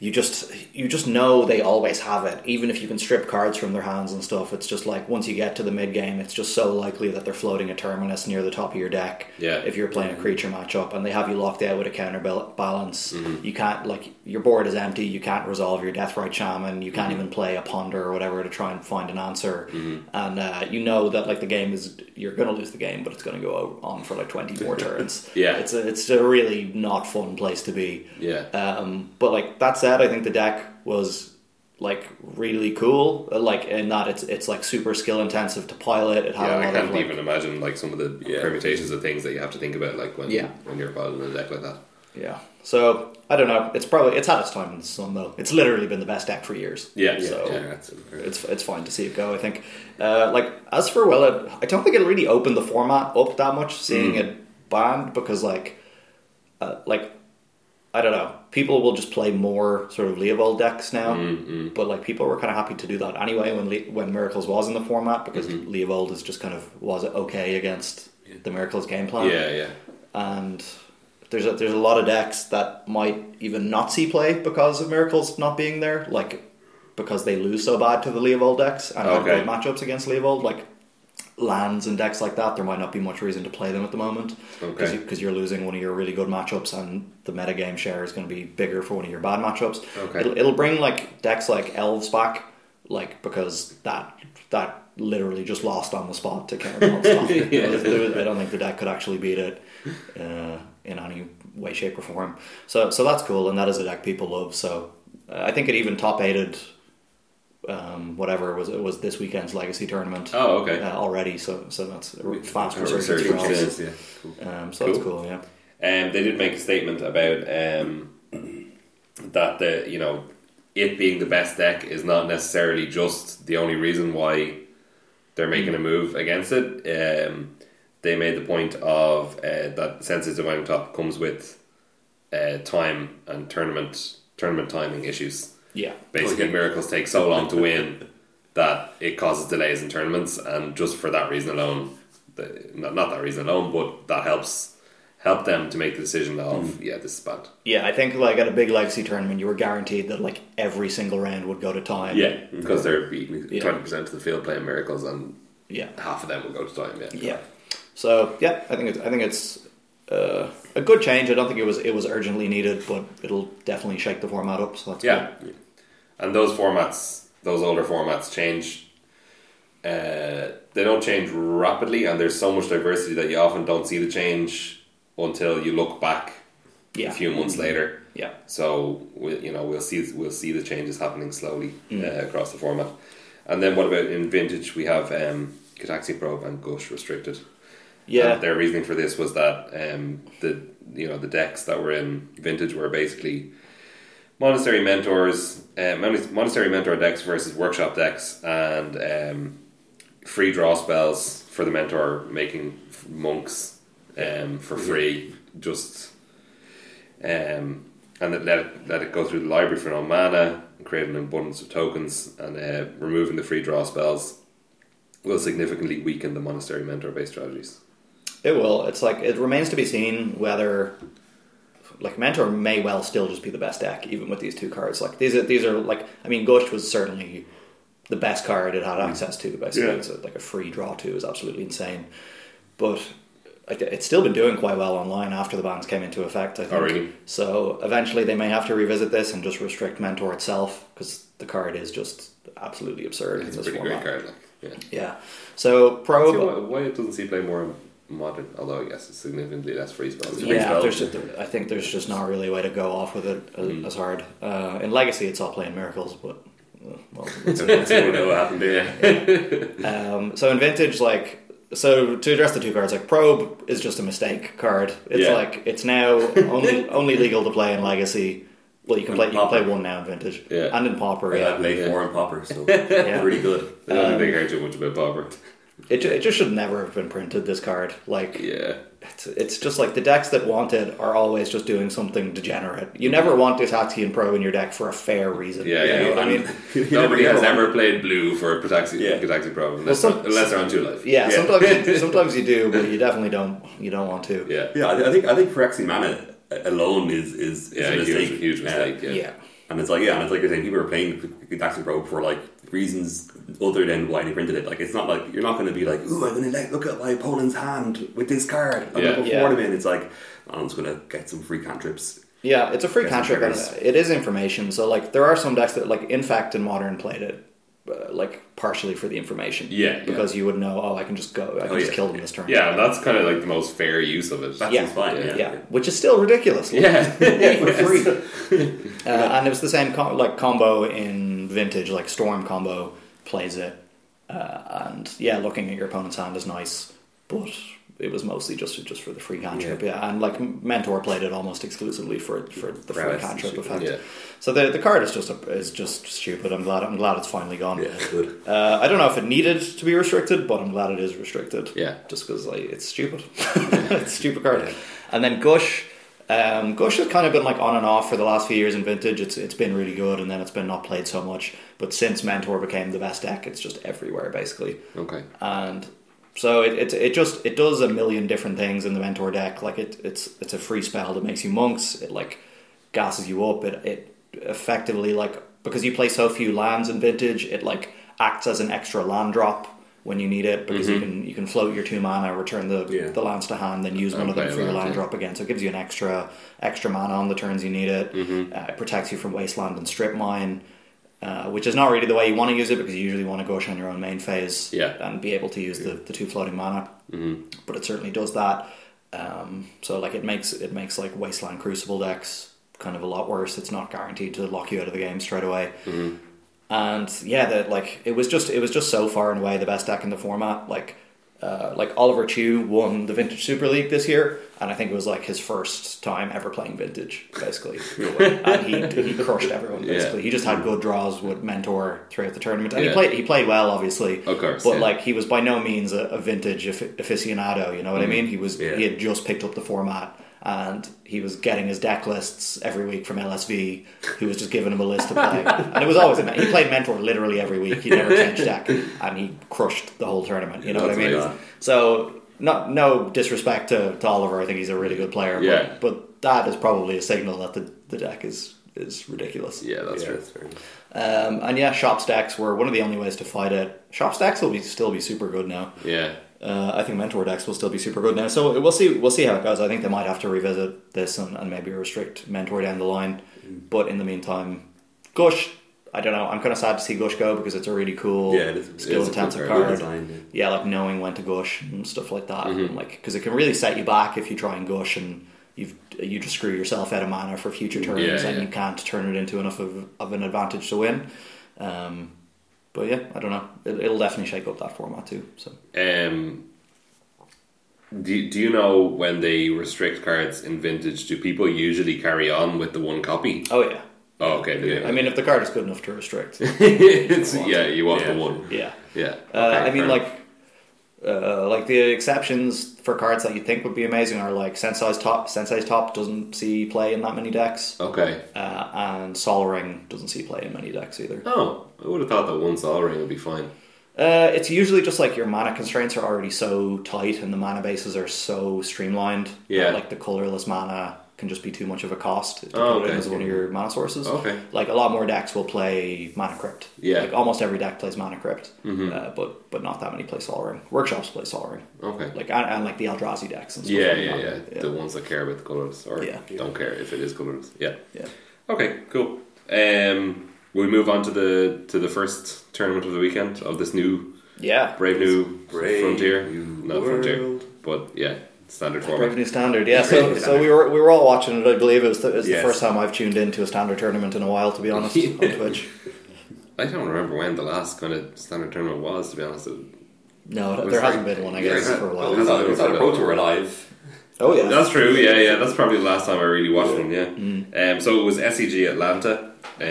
you just you just know they always have it. Even if you can strip cards from their hands and stuff, it's just like once you get to the mid game, it's just so likely that they're floating a terminus near the top of your deck.
Yeah.
If you're playing a creature matchup and they have you locked out with a counter bal- balance,
Mm-hmm.
you can't like your board is empty. You can't resolve your death right shaman. You
Mm-hmm.
can't even play a ponder or whatever to try and find an answer. And uh, you know that like the game is you're going to lose the game, but it's going to go o- on for like twenty more turns.
Yeah.
It's a, it's a really not fun place to be.
Yeah.
Um, but like that said, I think the deck was like really cool. uh, Like in that it's it's like super skill intensive to pilot. It had
Yeah, I
a lot of
can't
like,
even imagine like some of the
Yeah.
permutations of things that you have to think about, like when
Yeah.
when you're piloting a deck like that.
yeah. So I don't know. It's probably it's had its time in the sun though. It's literally been the best deck for years.
Yeah, yeah,
So
yeah, that's
it's it's fine to see it go. I think. Uh, like as for Will, it, I don't think it really opened the format up that much. Seeing
Mm.
it banned because like, uh, like I don't know, people will just play more sort of Leovold decks now.
Mm,
But like people were kind of happy to do that anyway when Le- when Miracles was in the format because
Mm-hmm.
Leovold is just kind of was okay against the Miracles game plan
Yeah, yeah,
and there's a, there's a lot of decks that might even not see play because of miracles not being there, like because they lose so bad to the Leovold decks and have
Okay.
good matchups against Leovold, like lands and decks like that. There might not be much reason to play them at the moment because
Okay.
you, are losing one of your really good matchups, and the metagame share is going to be bigger for one of your bad matchups.
Okay.
It'll, it'll bring like decks like elves back, like because that that literally just lost on the spot to Karen Monstock.
Yeah.
There was- I don't think the deck could actually beat it uh, in any way, shape, or form. So, so that's cool, and that is a deck people love. So, uh, I think it even top aided um, whatever was it was this weekend's Legacy tournament.
Oh, okay.
uh, already. So, so that's a re- fast
a
resurgence for
resurgence,
elves.
yeah. Cool.
Um, so that's cool. Yeah,
And Um, they did make a statement about um, that the you know it being the best deck is not necessarily just the only reason why they're making a move against it. Um, they made the point of uh, that Senses of Mountaintop comes with uh, time and tournament tournament timing issues.
yeah.
basically miracles take so long to win that it causes delays in tournaments and just for that reason alone the, not, not that reason alone but that helps help them to make the decision of yeah this is bad
Yeah, I think like at a big legacy tournament, you were guaranteed that like every single round would go to time.
yeah because they're beating
Yeah.
20% of the field playing miracles and
yeah.
half of them will go to time yeah
Yeah. So yeah, I think it's I think it's uh, a good change. I don't think it was it was urgently needed, but it'll definitely shake the format up. So that's
yeah and those formats those older formats change uh, they don't change rapidly and there's so much diversity that you often don't see the change until you look back
good. yeah,
a few months later
yeah,
So we, you know we'll see we'll see the changes happening slowly uh, across the format. And then what about in vintage? We have um, Gataxi Probe and Gush restricted.
yeah,
And their reasoning for this was that um, the you know the decks that were in vintage were basically monastery mentors, uh, mon- monastery mentor decks versus workshop decks, and um, free draw spells for the mentor, making f- monks um, for free. Just um, and it let it, let it go through the library for no mana, create an abundance of tokens, and uh, removing the free draw spells will significantly weaken the monastery mentor based strategies.
It will. It's like it remains to be seen whether like mentor may well still just be the best deck, even with these two cards. Like these are these are like I mean, Gush was certainly the best card it had access to. Basically,
Mm. Yeah.
it's a, like a free draw to is absolutely insane. But I th- it's still been doing quite well online after the bans came into effect. I think.
Oh, really?
So eventually they may have to revisit this and just restrict mentor itself because the card is just absolutely absurd. in
It's a
this
pretty
format.
great card. Like, yeah.
Yeah. So probe.
See why, why it doesn't see play more in modern, although I guess it's significantly less free spells. Free
Yeah,
spells.
there's just, I think there's just not really a way to go off with it a-
Hmm.
as hard. Uh, in Legacy, it's all playing miracles, but uh, well, it's-
That's what will happen there.
um, so in Vintage, like so to address the two cards, like Probe is just a mistake card. It's
Yeah.
like it's now only only legal to play in Legacy. Well, you can play you can play one now in Vintage
Yeah.
and in Pauper.
I
Yeah,
played
Yeah.
four and popper, so pretty good.
I don't think I
Um,
heard too much about Bobber.
it ju- it just should never have been printed. This card, like
Yeah.
it's, it's just like the decks that want it are always just doing something degenerate. You never want Gataxi and Pro in your deck for a fair reason.
Yeah,
You
yeah,
know what I
and-
mean.
Nobody has
Yeah.
ever played blue for Gataxi
Yeah.
Gataxi Pro, unless,
Well, some-
unless they're on two life.
Yeah,
Yeah.
sometimes sometimes you do, but you definitely don't. You don't want to.
Yeah.
Yeah, I, thi- I think I think Phyrexian mana alone is is, is
Yeah,
a
huge,
mistake.
huge
Uh,
mistake. yeah.
Yeah.
And it's like, yeah, and it's like you're saying, people are playing the Daxter Probe for like reasons other than why they printed it. Like, it's not like you're not going to be like, ooh, I'm going to like look at my opponent's hand with this card. I'm
Yeah.
going to
Yeah.
afford him in. It's like, I'm just going to get some free cantrips.
Yeah, it's a free
Guess
contract.
it
And
is.
it is information. So like there are some decks that like in fact in modern played it uh, like partially for the information.
Yeah, yeah.
because you would know. Oh, I can just go. I can
Oh,
just
yeah,
kill them
yeah.
this turn.
Yeah, that's kind of like the most fair use of it.
That
Yeah.
seems fine.
Yeah.
Yeah.
yeah, which is still ridiculous. like,
yeah,
for free. Uh, and it was the same com- like combo in vintage, like storm combo plays it, uh, and yeah, looking at your opponent's hand is nice, but it was mostly just just for the free cantrip. Yeah, and like mentor played it almost exclusively for for the free
Prowess and
cantrip
shit,
effect.
yeah.
So the the card is just a, is just stupid. I'm glad I'm glad it's finally gone.
Yeah, it's good.
Uh, I don't know if it needed to be restricted, but I'm glad it is restricted.
Yeah.
just because like it's stupid. it's a stupid card. And then Gush, um, Gush has kind of been like on and off for the last few years in Vintage. It's it's been really good, and then it's been not played so much. But since Mentor became the best deck, it's just everywhere basically.
Okay.
And so it, it it just it does a million different things in the Mentor deck. Like it it's it's a free spell that makes you monks. It like gasses you up. It it effectively like because you play so few lands in Vintage, it like acts as an extra land drop when you need it because you
Mm-hmm.
can you can float your two mana, return the
Yeah.
the lands to hand, then use one of them
play
for your
land,
land
yeah.
drop again. So it gives you an extra extra mana on the turns you need it. Uh, it protects you from wasteland and strip mine. Uh, which is not really the way you want to use it because you usually want to gush on your own main phase
Yeah.
and be able to use the, the two floating mana. Mm-hmm. But it certainly does that. Um, so like it makes it makes like wasteland crucible decks kind of a lot worse. It's not guaranteed to lock you out of the game straight away. And yeah, that like it was just it was just so far and away the best deck in the format. Like uh, like Oliver Chu won the Vintage Super League this year, and I think it was like his first time ever playing Vintage, basically. and he, he crushed everyone. Basically, he just had good draws with Mentor throughout the tournament, and
Yeah.
he played he played well, obviously.
Of course,
but
yeah.
like he was by no means a, a Vintage afi- aficionado. You know what
Mm-hmm.
I mean? He was
Yeah.
he had just picked up the format. And he was getting his deck lists every week from LSV, who was just giving him a list to play. and it was always a, he played Mentor literally every week. He never changed deck, and he crushed the whole tournament. You know what I
That's
mean?
amazing.
So, not no disrespect to, to Oliver. I think he's a really good player. but-
Yeah.
But, that is probably a signal that the, the deck is is ridiculous.
Yeah, that's
yeah,
true.
that's fair enough.
Um, and yeah, shop stacks were one of the only ways to fight it. Shop stacks will be still be super good now.
Yeah.
Uh, I think mentor decks will still be super good now. So we'll see. We'll see how it goes. I think they might have to revisit this and, and maybe restrict mentor down the line.
Mm.
But in the meantime, Gush. I don't know. I'm kind of sad to see Gush go because it's a really cool,
Yeah, it is- it is a
skill
cool
card.
intensive
Good
card
design, yeah. Mm-hmm.
yeah, like knowing when to gush and stuff like that, and like because it can really set you back if you try and gush and you've you just screw yourself out of mana for future turns
Yeah,
and
yeah.
you can't turn it into enough of, of an advantage to win. Um, but yeah, I don't know. It, it'll definitely shake up that format too. So
Um, do, do you know when they restrict cards in vintage? Do people usually carry on with the one copy?
oh yeah,
Oh, okay. they do.
I mean if the card is good enough to restrict,
it's, yeah, you want the
Yeah.
one.
yeah.
Yeah.
Uh,
Okay,
I mean
fair
like. Uh, like the exceptions for cards that you think would be amazing are like Sensei's Top. Sensei's Top doesn't see play in that many decks.
Okay.
Uh, and Solring doesn't see play in many decks either.
Oh, I would have thought that one Sol Ring would be fine.
Uh, it's usually just like your mana constraints are already so tight and the mana bases are so streamlined. that,
Yeah.
like the colorless mana can just be too much of a cost to
Oh,
put it in
okay.
as one of your mana sources.
Okay.
Like a lot more decks will play mana crypt.
Yeah. Mm-hmm.
Like almost every deck plays mana crypt, uh, but but not that many play Sol Ring. Workshops play Sol Ring.
Okay.
Like and, and like the Eldrazi decks and stuff.
yeah,
like
yeah, yeah,
that.
The ones that care about the colours or
Yeah.
don't care if it is colours. Yeah.
yeah.
Okay, cool. Um, we move on to the to the first tournament of the weekend of this new
Yeah.
Brave New
Brave
Frontier.
New
Not Frontier.
World.
But yeah, standard
Brave
format.
New Standard, yeah.
Brave
So,
New
so
Standard.
we were we were all watching it. I believe it was the, it was
Yes.
the first time I've tuned into a standard tournament in a while, to be honest, on Twitch.
I don't remember when the last kind of standard tournament was, to be honest.
No,
was
there
like-
hasn't been one, I
yeah,
guess, for a
Well,
it
while.
was-
we thought- we thought the Pro Tour alive.
Oh yeah,
That's true, yeah, yeah. That's probably the last time I really watched one, yeah. Um, so it was SEG Atlanta,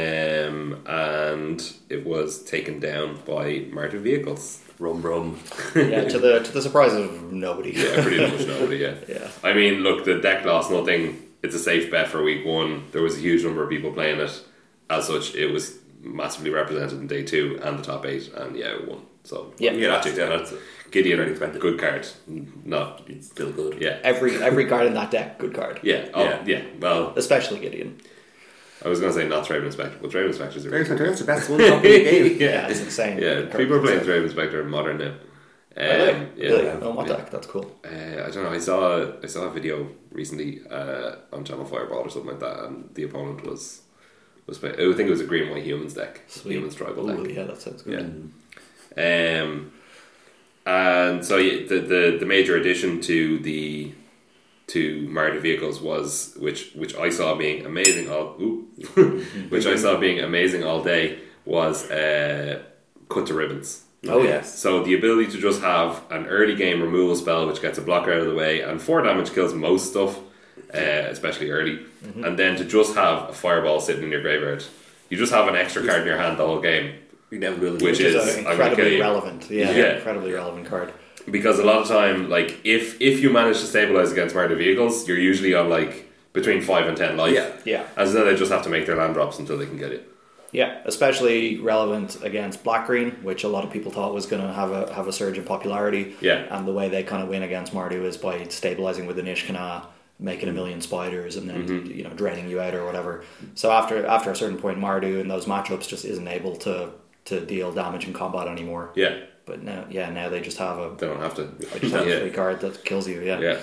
um, and it was taken down by Martin Vehicles.
Rum, rum.
yeah. To the to the surprise of nobody.
Yeah, pretty much nobody, yeah.
Yeah.
I mean, look, the deck lost nothing. It's a safe bet for week one. There was a huge number of people playing it. As such, it was massively represented in day two and the top eight, and yeah, it won. So
Yeah.
Yeah, that's it. Yeah, that's it.
Gideon,
Very expected.
good card. Not,
It's still good.
yeah.
Every every card in that deck, good card.
Yeah, oh, yeah.
Yeah.
Well,
Especially Gideon.
I was going to say not Thraven Spectre, but Thraven Spectre's a really
Dragon's Lair, That's the best one in the game.
Yeah, it's insane.
Yeah,
Correct. Oh,
people are playing Thraven Spectre in modern now.
Really?
Um, yeah,
Really? Oh, what the heck? That's cool.
Uh, I don't know. I saw I saw a video recently uh, on Channel Fireball or something like that, and the opponent was was play- I think it was a green white humans deck, humans tribal
Ooh,
deck.
yeah, Hmm. that sounds
Yeah.
good.
Um, and so yeah, the, the the major addition to the to Marta vehicles was which which I saw being amazing all oop, which I saw being amazing all day was uh, cut to ribbons.
Oh, yes.
So the ability to just have an early game removal spell which gets a blocker out of the way and four damage kills most stuff, uh, especially early,
Mm-hmm.
and then to just have a fireball sitting in your graveyard. You just have an extra card in your hand the whole game.
You never will.
Which
Which
is-
is
I'm
an
gonna
incredibly
kill you.
relevant. Yeah,
Yeah.
incredibly relevant card.
because a lot of time, like if if you manage to stabilize against murder vehicles, you're usually on like between five and ten life.
Yeah.
Yeah.
And so then they just have to make their land drops until they can get it.
Yeah, especially relevant against black green, which a lot of people thought was going to have a have a surge in popularity.
Yeah.
and the way they kind of win against Mardu is by stabilizing with an Ishkana, making a million spiders, and then
Mm-hmm.
you know draining you out or whatever. So after after a certain point, Mardu in those matchups just isn't able to to deal damage in combat anymore.
Yeah,
But now, yeah, now they just have a
they don't have to.
they just have a free
yeah.
card that kills you.
yeah,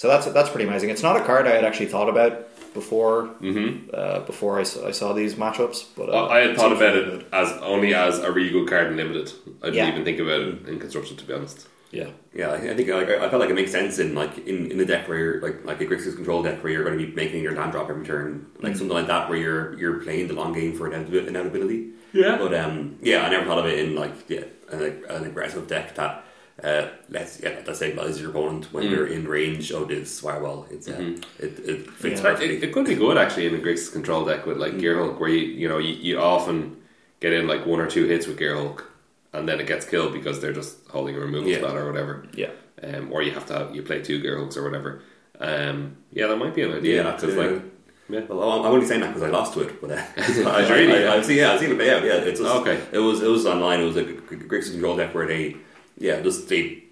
So that's that's pretty amazing. It's not a card I had actually thought about before uh, before I, s- I saw these matchups, but uh,
Well, Mm-hmm. Oh, I had
it
thought
seems
about
really good.
it as only as a really good card in limited. I didn't
Yeah.
even think about it in construction, to be honest.
Yeah,
Yeah, I I think like, I I felt like it makes sense in like in, in the deck where you're, like like a Grixis control deck where you're going to be making your land drop every turn, like
Mm.
something like that where you're you're playing the long game for inevitabil- inevitability.
Yeah.
But um, yeah, I never thought of it in like yeah an, ag- an aggressive deck that uh lets yeah that stabilizes your opponent
Mm.
when you're in range of this firewall. It's uh, it it fits
Mm-hmm. Yeah.
It,
perfectly.
it could be good actually in a Grixis control deck with like
Mm.
Gear Hulk, where you you know you, you often get in like one or two hits with Gear Hulk, and then it gets killed because they're just holding a removal
Yeah.
spell or whatever.
yeah,
um, or you have to have, you play two gear hooks or whatever. Um, yeah, that might be an idea
Yeah,
because
yeah.
like, yeah.
Well, I'm I'm only saying that because I lost to it, but uh, I,
Really?
I, I, I've seen, yeah, I've seen it play out. Yeah, it's just,
Okay.
It was it was online. It was like a Grixis control deck where they, yeah, just they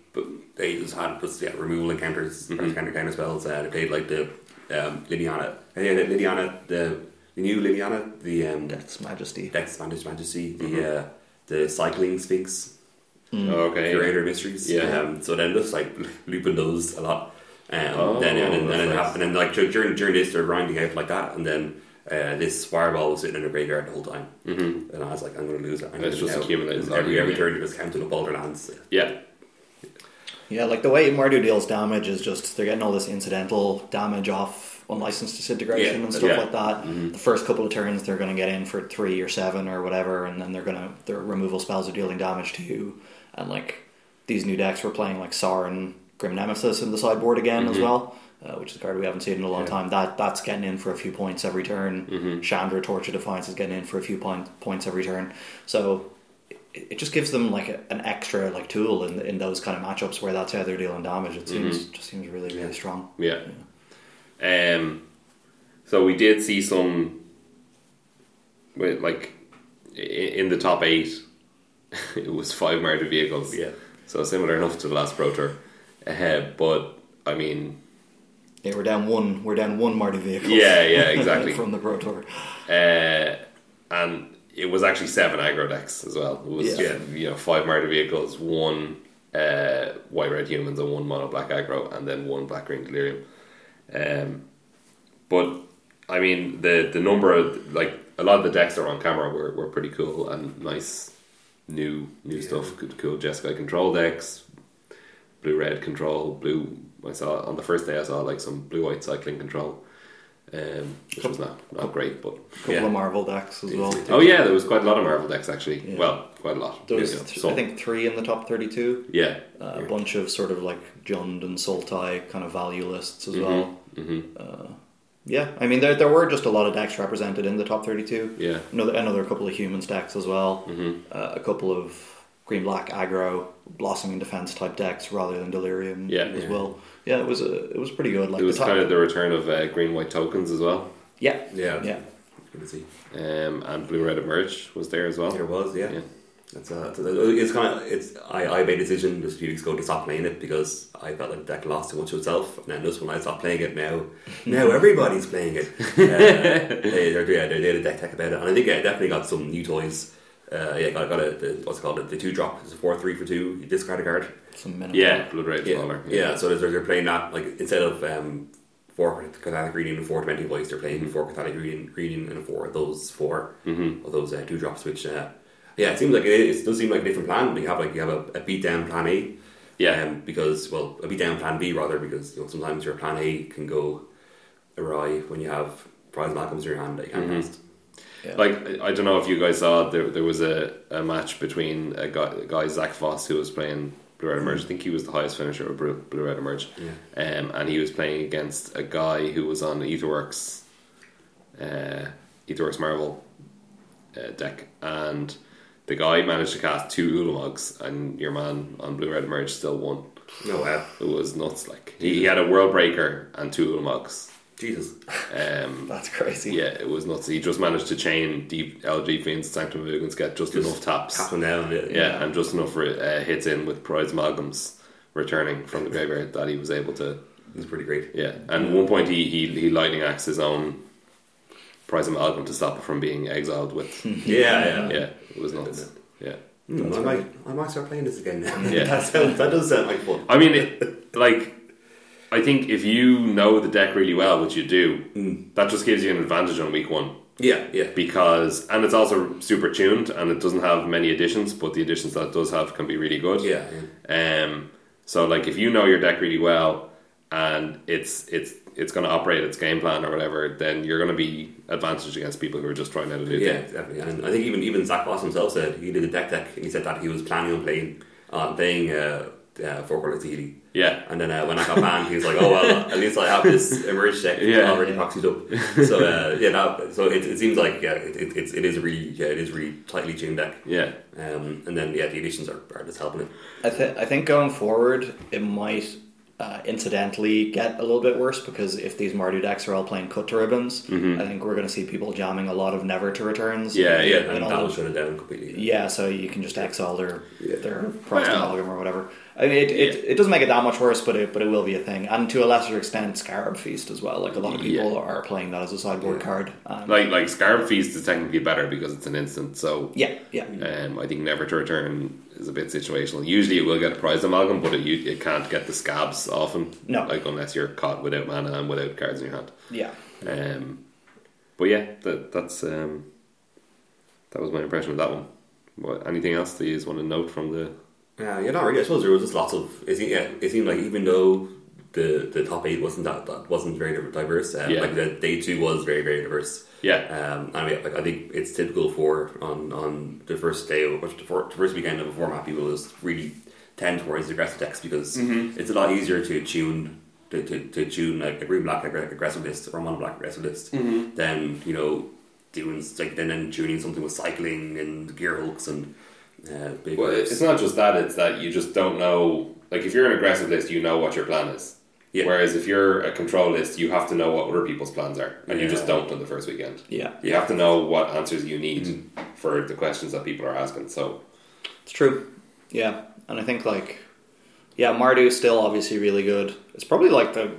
they just had just yeah removal encounters, mm counter counter spells. Uh, they played like the um, Liliana, uh, yeah, the Liliana, the, the new Liliana, the um,
Death's Majesty.
Dex Vantage Majesty, the uh, the Cycling Sphinx,
Oh, okay,
Curator Mysteries.
Yeah.
Um, so then just like looping those a lot. Um,
Oh,
then and then,
that's
then it
nice.
happened and like dur- during during this they're grinding out like that and then uh, this fireball was sitting in the graveyard the whole time. Mm-hmm. And I was like, I'm gonna lose it. I'm
It's
gonna
just
know.
accumulating value,
every every
yeah.
turn you're just counting up all their lands.
yeah,
Yeah, like the way Mardu deals damage is just they're getting all this incidental damage off unlicensed disintegration
Yeah,
and stuff
yeah.
like that. The first couple of turns they're going to get in for three or seven or whatever, and then they're going to their removal spells are dealing damage to you. And like these new decks, we're playing like Saren Grim Nemesis in the sideboard again as well. Uh, which is a card we haven't seen in a long time. That that's getting in for a few points every turn. Chandra Torture Defiance is getting in for a few point, points every turn. So it it just gives them like a, an extra like tool in in those kind of matchups where that's how they're dealing damage. It seems
Mm-hmm.
just seems really really strong.
yeah. Um, so we did see some, with like, i- in the top eight, it was five murder vehicles.
Yeah.
so similar enough to the last pro tour, uh, but I mean,
Yeah, we're down one. We're down one Marty vehicle.
Yeah, yeah, exactly.
from the Pro Tour.
Uh, and it was actually seven aggro decks as well. It was
Yeah.
you know five murder vehicles, one uh, white red humans, and one mono black aggro, and then one black green delirium. Um, but I mean the the number of like a lot of the decks that are on camera were, were pretty cool and nice new new stuff. Good cool Jeskai control decks, blue red control, blue. I saw on the first day I saw like some blue white cycling control, um, which was not not great, but
A couple
Yeah.
of Marvel decks as well.
Oh yeah, there was quite a lot of Marvel decks actually.
Yeah.
Well, quite a lot.
There was,
Yeah,
th-
so-
I think, three in the top thirty-two.
Yeah,
Uh, a bunch of sort of like Jund and Sultai kind of value lists as well.
Mhm.
Uh, yeah, I mean there there were just a lot of decks represented in the top thirty-two.
yeah,
another another couple of human stacks as well.
Mm-hmm.
Uh, a couple of green black aggro blossoming defense type decks rather than delirium
Yeah.
as well. Yeah, it was a, it was pretty good. Like
it was
the top,
kind of the return of uh, green white tokens as well,
yeah
Yeah.
yeah
Good to see.
um, and blue red emerge was there as well.
There was, yeah.
Yeah.
It's, uh, it's, it's kind of it's. I, I made a decision just a few weeks ago to stop playing it because I felt like the deck lost too much of itself. And then this one, I stopped playing it. Now, now everybody's playing it. Uh, they, they're, yeah, they they had a deck tech about it, and I think yeah, I definitely got some new toys. Uh, yeah, got got a the, what's it called the, the two drop. It's a four three for two. You discard a card.
Some minimum.
Yeah, Blood Rage
Yeah,
Smaller.
yeah. So they're, they're playing that like instead of um four Catholic reading and four twenty voice, they're playing
Mm-hmm.
four Catholic reading, reading and four of those 4 of those uh, two drops. Which uh, yeah, it seems like it, is, it does seem like a different plan. You have like you have a, a beat down plan A,
Yeah.
um, because well a beat down plan B rather because you know sometimes your plan A can go awry when you have prize Malcolms in your hand that you can't
Mm-hmm.
cast.
Yeah.
Like I- I don't know if you guys saw there there was a, a match between a guy, a guy Zach Voss who was playing Blue Red Emerge. I think he was the highest finisher of Blue, Blue Red Emerge, um, and he was playing against a guy who was on Etherworks, uh, Etherworks Marvel uh, deck, and the guy managed to cast two Ulamogs, and your man on Blue Red Emerge still won.
No, uh,
It was nuts. Like he, he had a World Breaker and two Ulamogs.
Jesus,
Um,
That's crazy.
yeah, it was nuts. He just managed to chain the LG Fiends Sanctum Vigans get just, enough taps.
tap one down. Yeah,
Yeah, and just enough uh, hits in with Prize Amalgams returning from the graveyard that he was able to.
it's pretty great.
Yeah, and at one point he, he, he lightning axe his own Prize Amalgam to stop it from being exiled with. yeah,
Yeah, yeah.
Hmm. it was nuts. Yeah.
Hmm, I might, I might start playing this again now.
Yeah.
that sounds, that does sound like fun.
I mean, it, like, I think if you know the deck really well, which you do, that just gives you an advantage on week one.
Yeah, yeah.
because and it's also super tuned and it doesn't have many additions but the additions that it does have can be really good
Yeah,
um so like if you know your deck really well and it's it's it's going to operate its game plan or whatever then you're going to be advantaged against people who are just trying out a new
yeah,
thing
definitely. And I think even even Zach Boss himself said he did a deck deck, and he said that he was planning on playing on playing uh, uh, four color Tahiti.
yeah
And then uh, when I got banned, he was like, "Oh well, at least I have this emerge deck
Yeah.
already proxied up." So uh, yeah, that, so it, it seems like yeah, it, it, it's it is a really yeah, it is a really tightly tuned deck.
yeah
Um, and then yeah, the additions are, are just helping it.
I, th- I think going forward, it might uh, incidentally get a little bit worse because if these Mardu decks are all playing cut to ribbons, I think we're going to see people jamming a lot of never to returns.
Mm-hmm. Yeah, yeah,
And
and
all
that will
those-
shut it down completely.
Yeah, so you can just exile their
Yeah.
their proxy
Well.
amalgam or whatever. I mean, it, it, it doesn't make it that much worse, but it but it will be a thing, and to a lesser extent, Scarab Feast as well. Like a lot of people
Yeah.
are playing that as a sideboard card. Um,
like like scarab feast is technically better because it's an instant so
yeah, yeah,
um, I think never to return is a bit situational usually it will get a prize amalgam but it, you, it can't get the scabs often
No.
like unless you're caught without mana and without cards in your hand
yeah.
Um, but yeah, that that's um, that was my impression of that one. What, anything else that you just want to note from the?
Yeah,
Um,
yeah, not really. I suppose there was just lots of. It seemed, yeah, it seemed like even though the the top eight wasn't that, that wasn't very diverse. Um,
Yeah.
Like the day two was very very diverse.
Yeah,
Um, I mean, like I think it's typical for on on the first day, or the, fir- the first weekend of a format, people just really tend towards the aggressive decks because
Mm-hmm.
it's a lot easier to tune to, to, to tune like a green black aggr- aggressive list or a mono black aggressive list
Mm-hmm.
than you know doing s- like then then tuning something with cycling and gear hulks and uh, big.
well,
whips.
it's not just that; it's that you just don't know. Like, if you're an aggressive list, you know what your plan is.
Yeah.
Whereas if you're a control list, you have to know what other people's plans are, and you just
Yeah.
don't on the first weekend.
Yeah,
You have to know what answers you need for the questions that people are asking. So
It's true. Yeah, and I think like, yeah, Mardu's still obviously really good. It's probably like the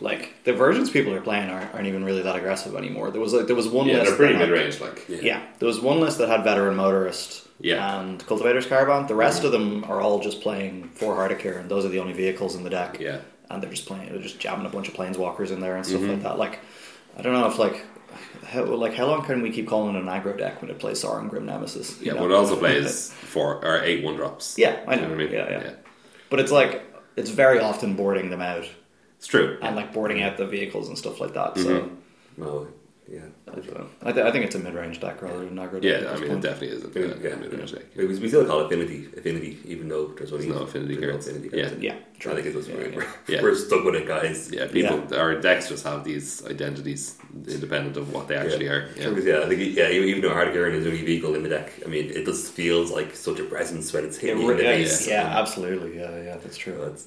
like the versions people are playing aren't, aren't even really that aggressive anymore. There was like there was one
yeah,
list
they're pretty
that had-
mid range. Like, yeah.
Yeah, there was one list that had veteran motorist.
Yeah.
and cultivators caravan. The rest of them are all just playing four hardicare, and those are the only vehicles in the deck.
Yeah.
and they're just playing, they're just jamming a bunch of planeswalkers in there and stuff
Mm-hmm.
like that. Like, I don't know if like. How, like how long can we keep calling it an aggro deck when it plays Sauron Grim Nemesis? you know?
but it also plays four or eight one drops.
Yeah, I know.
You know what I mean?
Yeah, yeah, But it's like it's very often boarding them out
It's true.
and like boarding out the vehicles and stuff like
Mm-hmm.
that.
no, Oh, yeah.
So I, don't know. I, th- I think it's a mid-range deck rather than aggro. deck at
Yeah, I
this
mean, it
point.
definitely is a
Yeah, yeah.
mid-range deck.
We, we still call it affinity, affinity, even though there's only
no affinity
there's no
cards.
affinity
Yeah.
cards.
yeah, true.
I think it was
Yeah,
weird.
yeah.
Yeah.
We're stuck with it, guys.
Yeah, people our decks just have these identities independent of what they actually are.
Yeah.
Yeah.
yeah, I think yeah, even even though Hardcore is the only vehicle in the deck, I mean, it just feels like such a presence when it's
It
hitting you in
re-
the
yeah,
face.
yeah, absolutely. Yeah, yeah, that's
So
true.
it's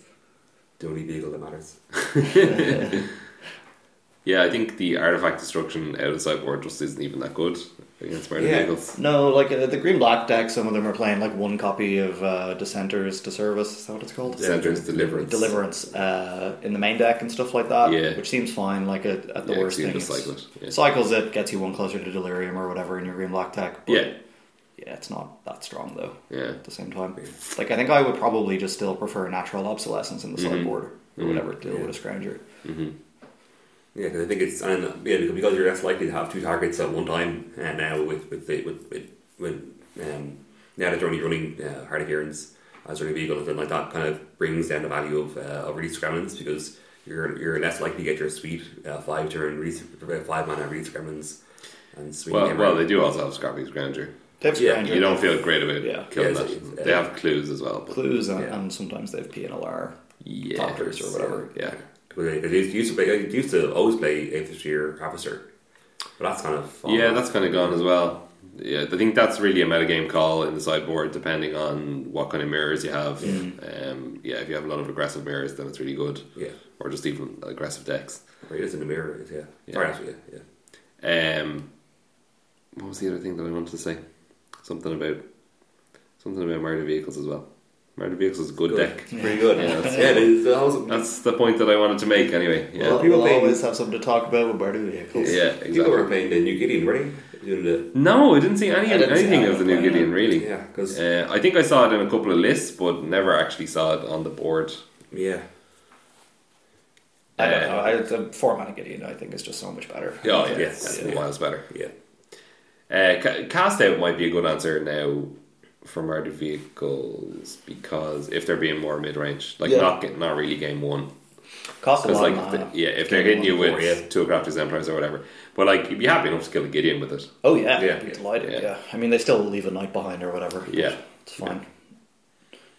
the only vehicle that matters.
Yeah, I think the artifact destruction out of sideboard just isn't even that good against Murder
Yeah.
Vehicles.
No, like uh, the green black deck, some of them are playing like one copy of uh, Dissenters to Service. Is that what it's called?
Yeah. Dissenters Deliverance.
Deliverance uh, in the main deck and stuff like that.
Yeah.
which seems fine. Like at, at the
Yeah,
worst
you
thing,
can just
it's-
cycle it, yeah.
cycles it, gets you one closer to Delirium or whatever in your green black deck. but
Yeah,
yeah, it's not that strong though.
yeah.
At the same time, like I think I would probably just still prefer Natural Obsolescence in the
Mm-hmm.
sideboard or whatever to deal with a Scrounger.
Yeah, because I think it's and uh, yeah, because- because you're less likely to have two targets at one time. And now with with the, with with, with um, now that you're only running uh, hard adherence as running vehicle and things like that, kind of brings down the value of uh, of release gremlins because you're you're less likely to get your sweet uh, five turn release uh, five mana release gremlins and sweet
Well, well, they do also have Scrappy's Grandeur.
They have
Yeah,
Scrounger.
You don't feel great about
Yeah.
killing
Yeah,
that.
it's- it's-
they have clues as well. But
clues and,
Yeah.
and sometimes they have PNLR
yeah,
doctors or whatever.
Yeah,
Because they, they used to play, they used to always play eighth of year officer, but that's kind of fallen
yeah,
off.
that's kind of gone as well. Yeah, I think that's really a metagame call in the sideboard, depending on what kind of mirrors you have. Um, yeah, if you have a lot of aggressive mirrors, then it's really good,
yeah.
or just even aggressive decks.
Right, it's in the mirror, yeah.
Yeah.
Sorry, actually, yeah, yeah.
Um, what was the other thing that I wanted to say? Something about something about Murder Vehicles as well. Murder Vehicles is a good, deck.
It's pretty good.
Yeah, that's-
Yeah, it is. That was-
That's the point that I wanted to make anyway. Yeah.
Well,
People
people
think-
always have something to talk about with Bardu vehicles.
yeah,
People were
exactly.
playing the New Gideon, were they? Doing the,
No, I didn't see any
I didn't see
anything
that
of the
one,
new
yeah.
Gideon really.
yeah, because
Uh, I think I saw it in a couple of lists, but never actually saw it on the board.
yeah,
I don't know. I, the format of Gideon, I think, is just so much better.
Oh yeah,
Yes,
that's
yeah.
miles better.
yeah,
Uh, ca- cast out might be a good answer now for murder vehicles because if they're being more mid range, like
Yeah.
not get, not really game one,
Cost a
because
lot
like e-
of
if
mana.
they- yeah, if they're
Game
hitting you
one
with
for
two crafters empires or whatever, but like you'd be happy enough to kill a Gideon with it.
Oh yeah,
Yeah.
I'd be delighted.
Yeah.
Yeah. I mean, they still leave a knight behind or whatever. but
Yeah.
it's fine.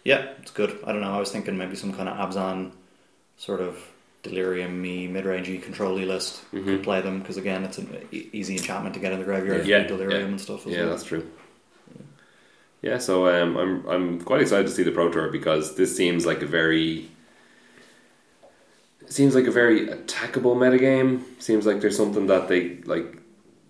Yeah. it's good. I don't know. I was thinking maybe some kind of Abzan, sort of delirium y mid rangey control-y list.
Mm-hmm.
Could play them because again, it's an e- easy enchantment to get in the graveyard.
Yeah,
for delirium
yeah.
and stuff. As
Yeah,
well.
that's true. Yeah, so um, I'm I'm quite excited to see the Pro Tour because this seems like a very seems like a very attackable metagame. Seems like there's something that they like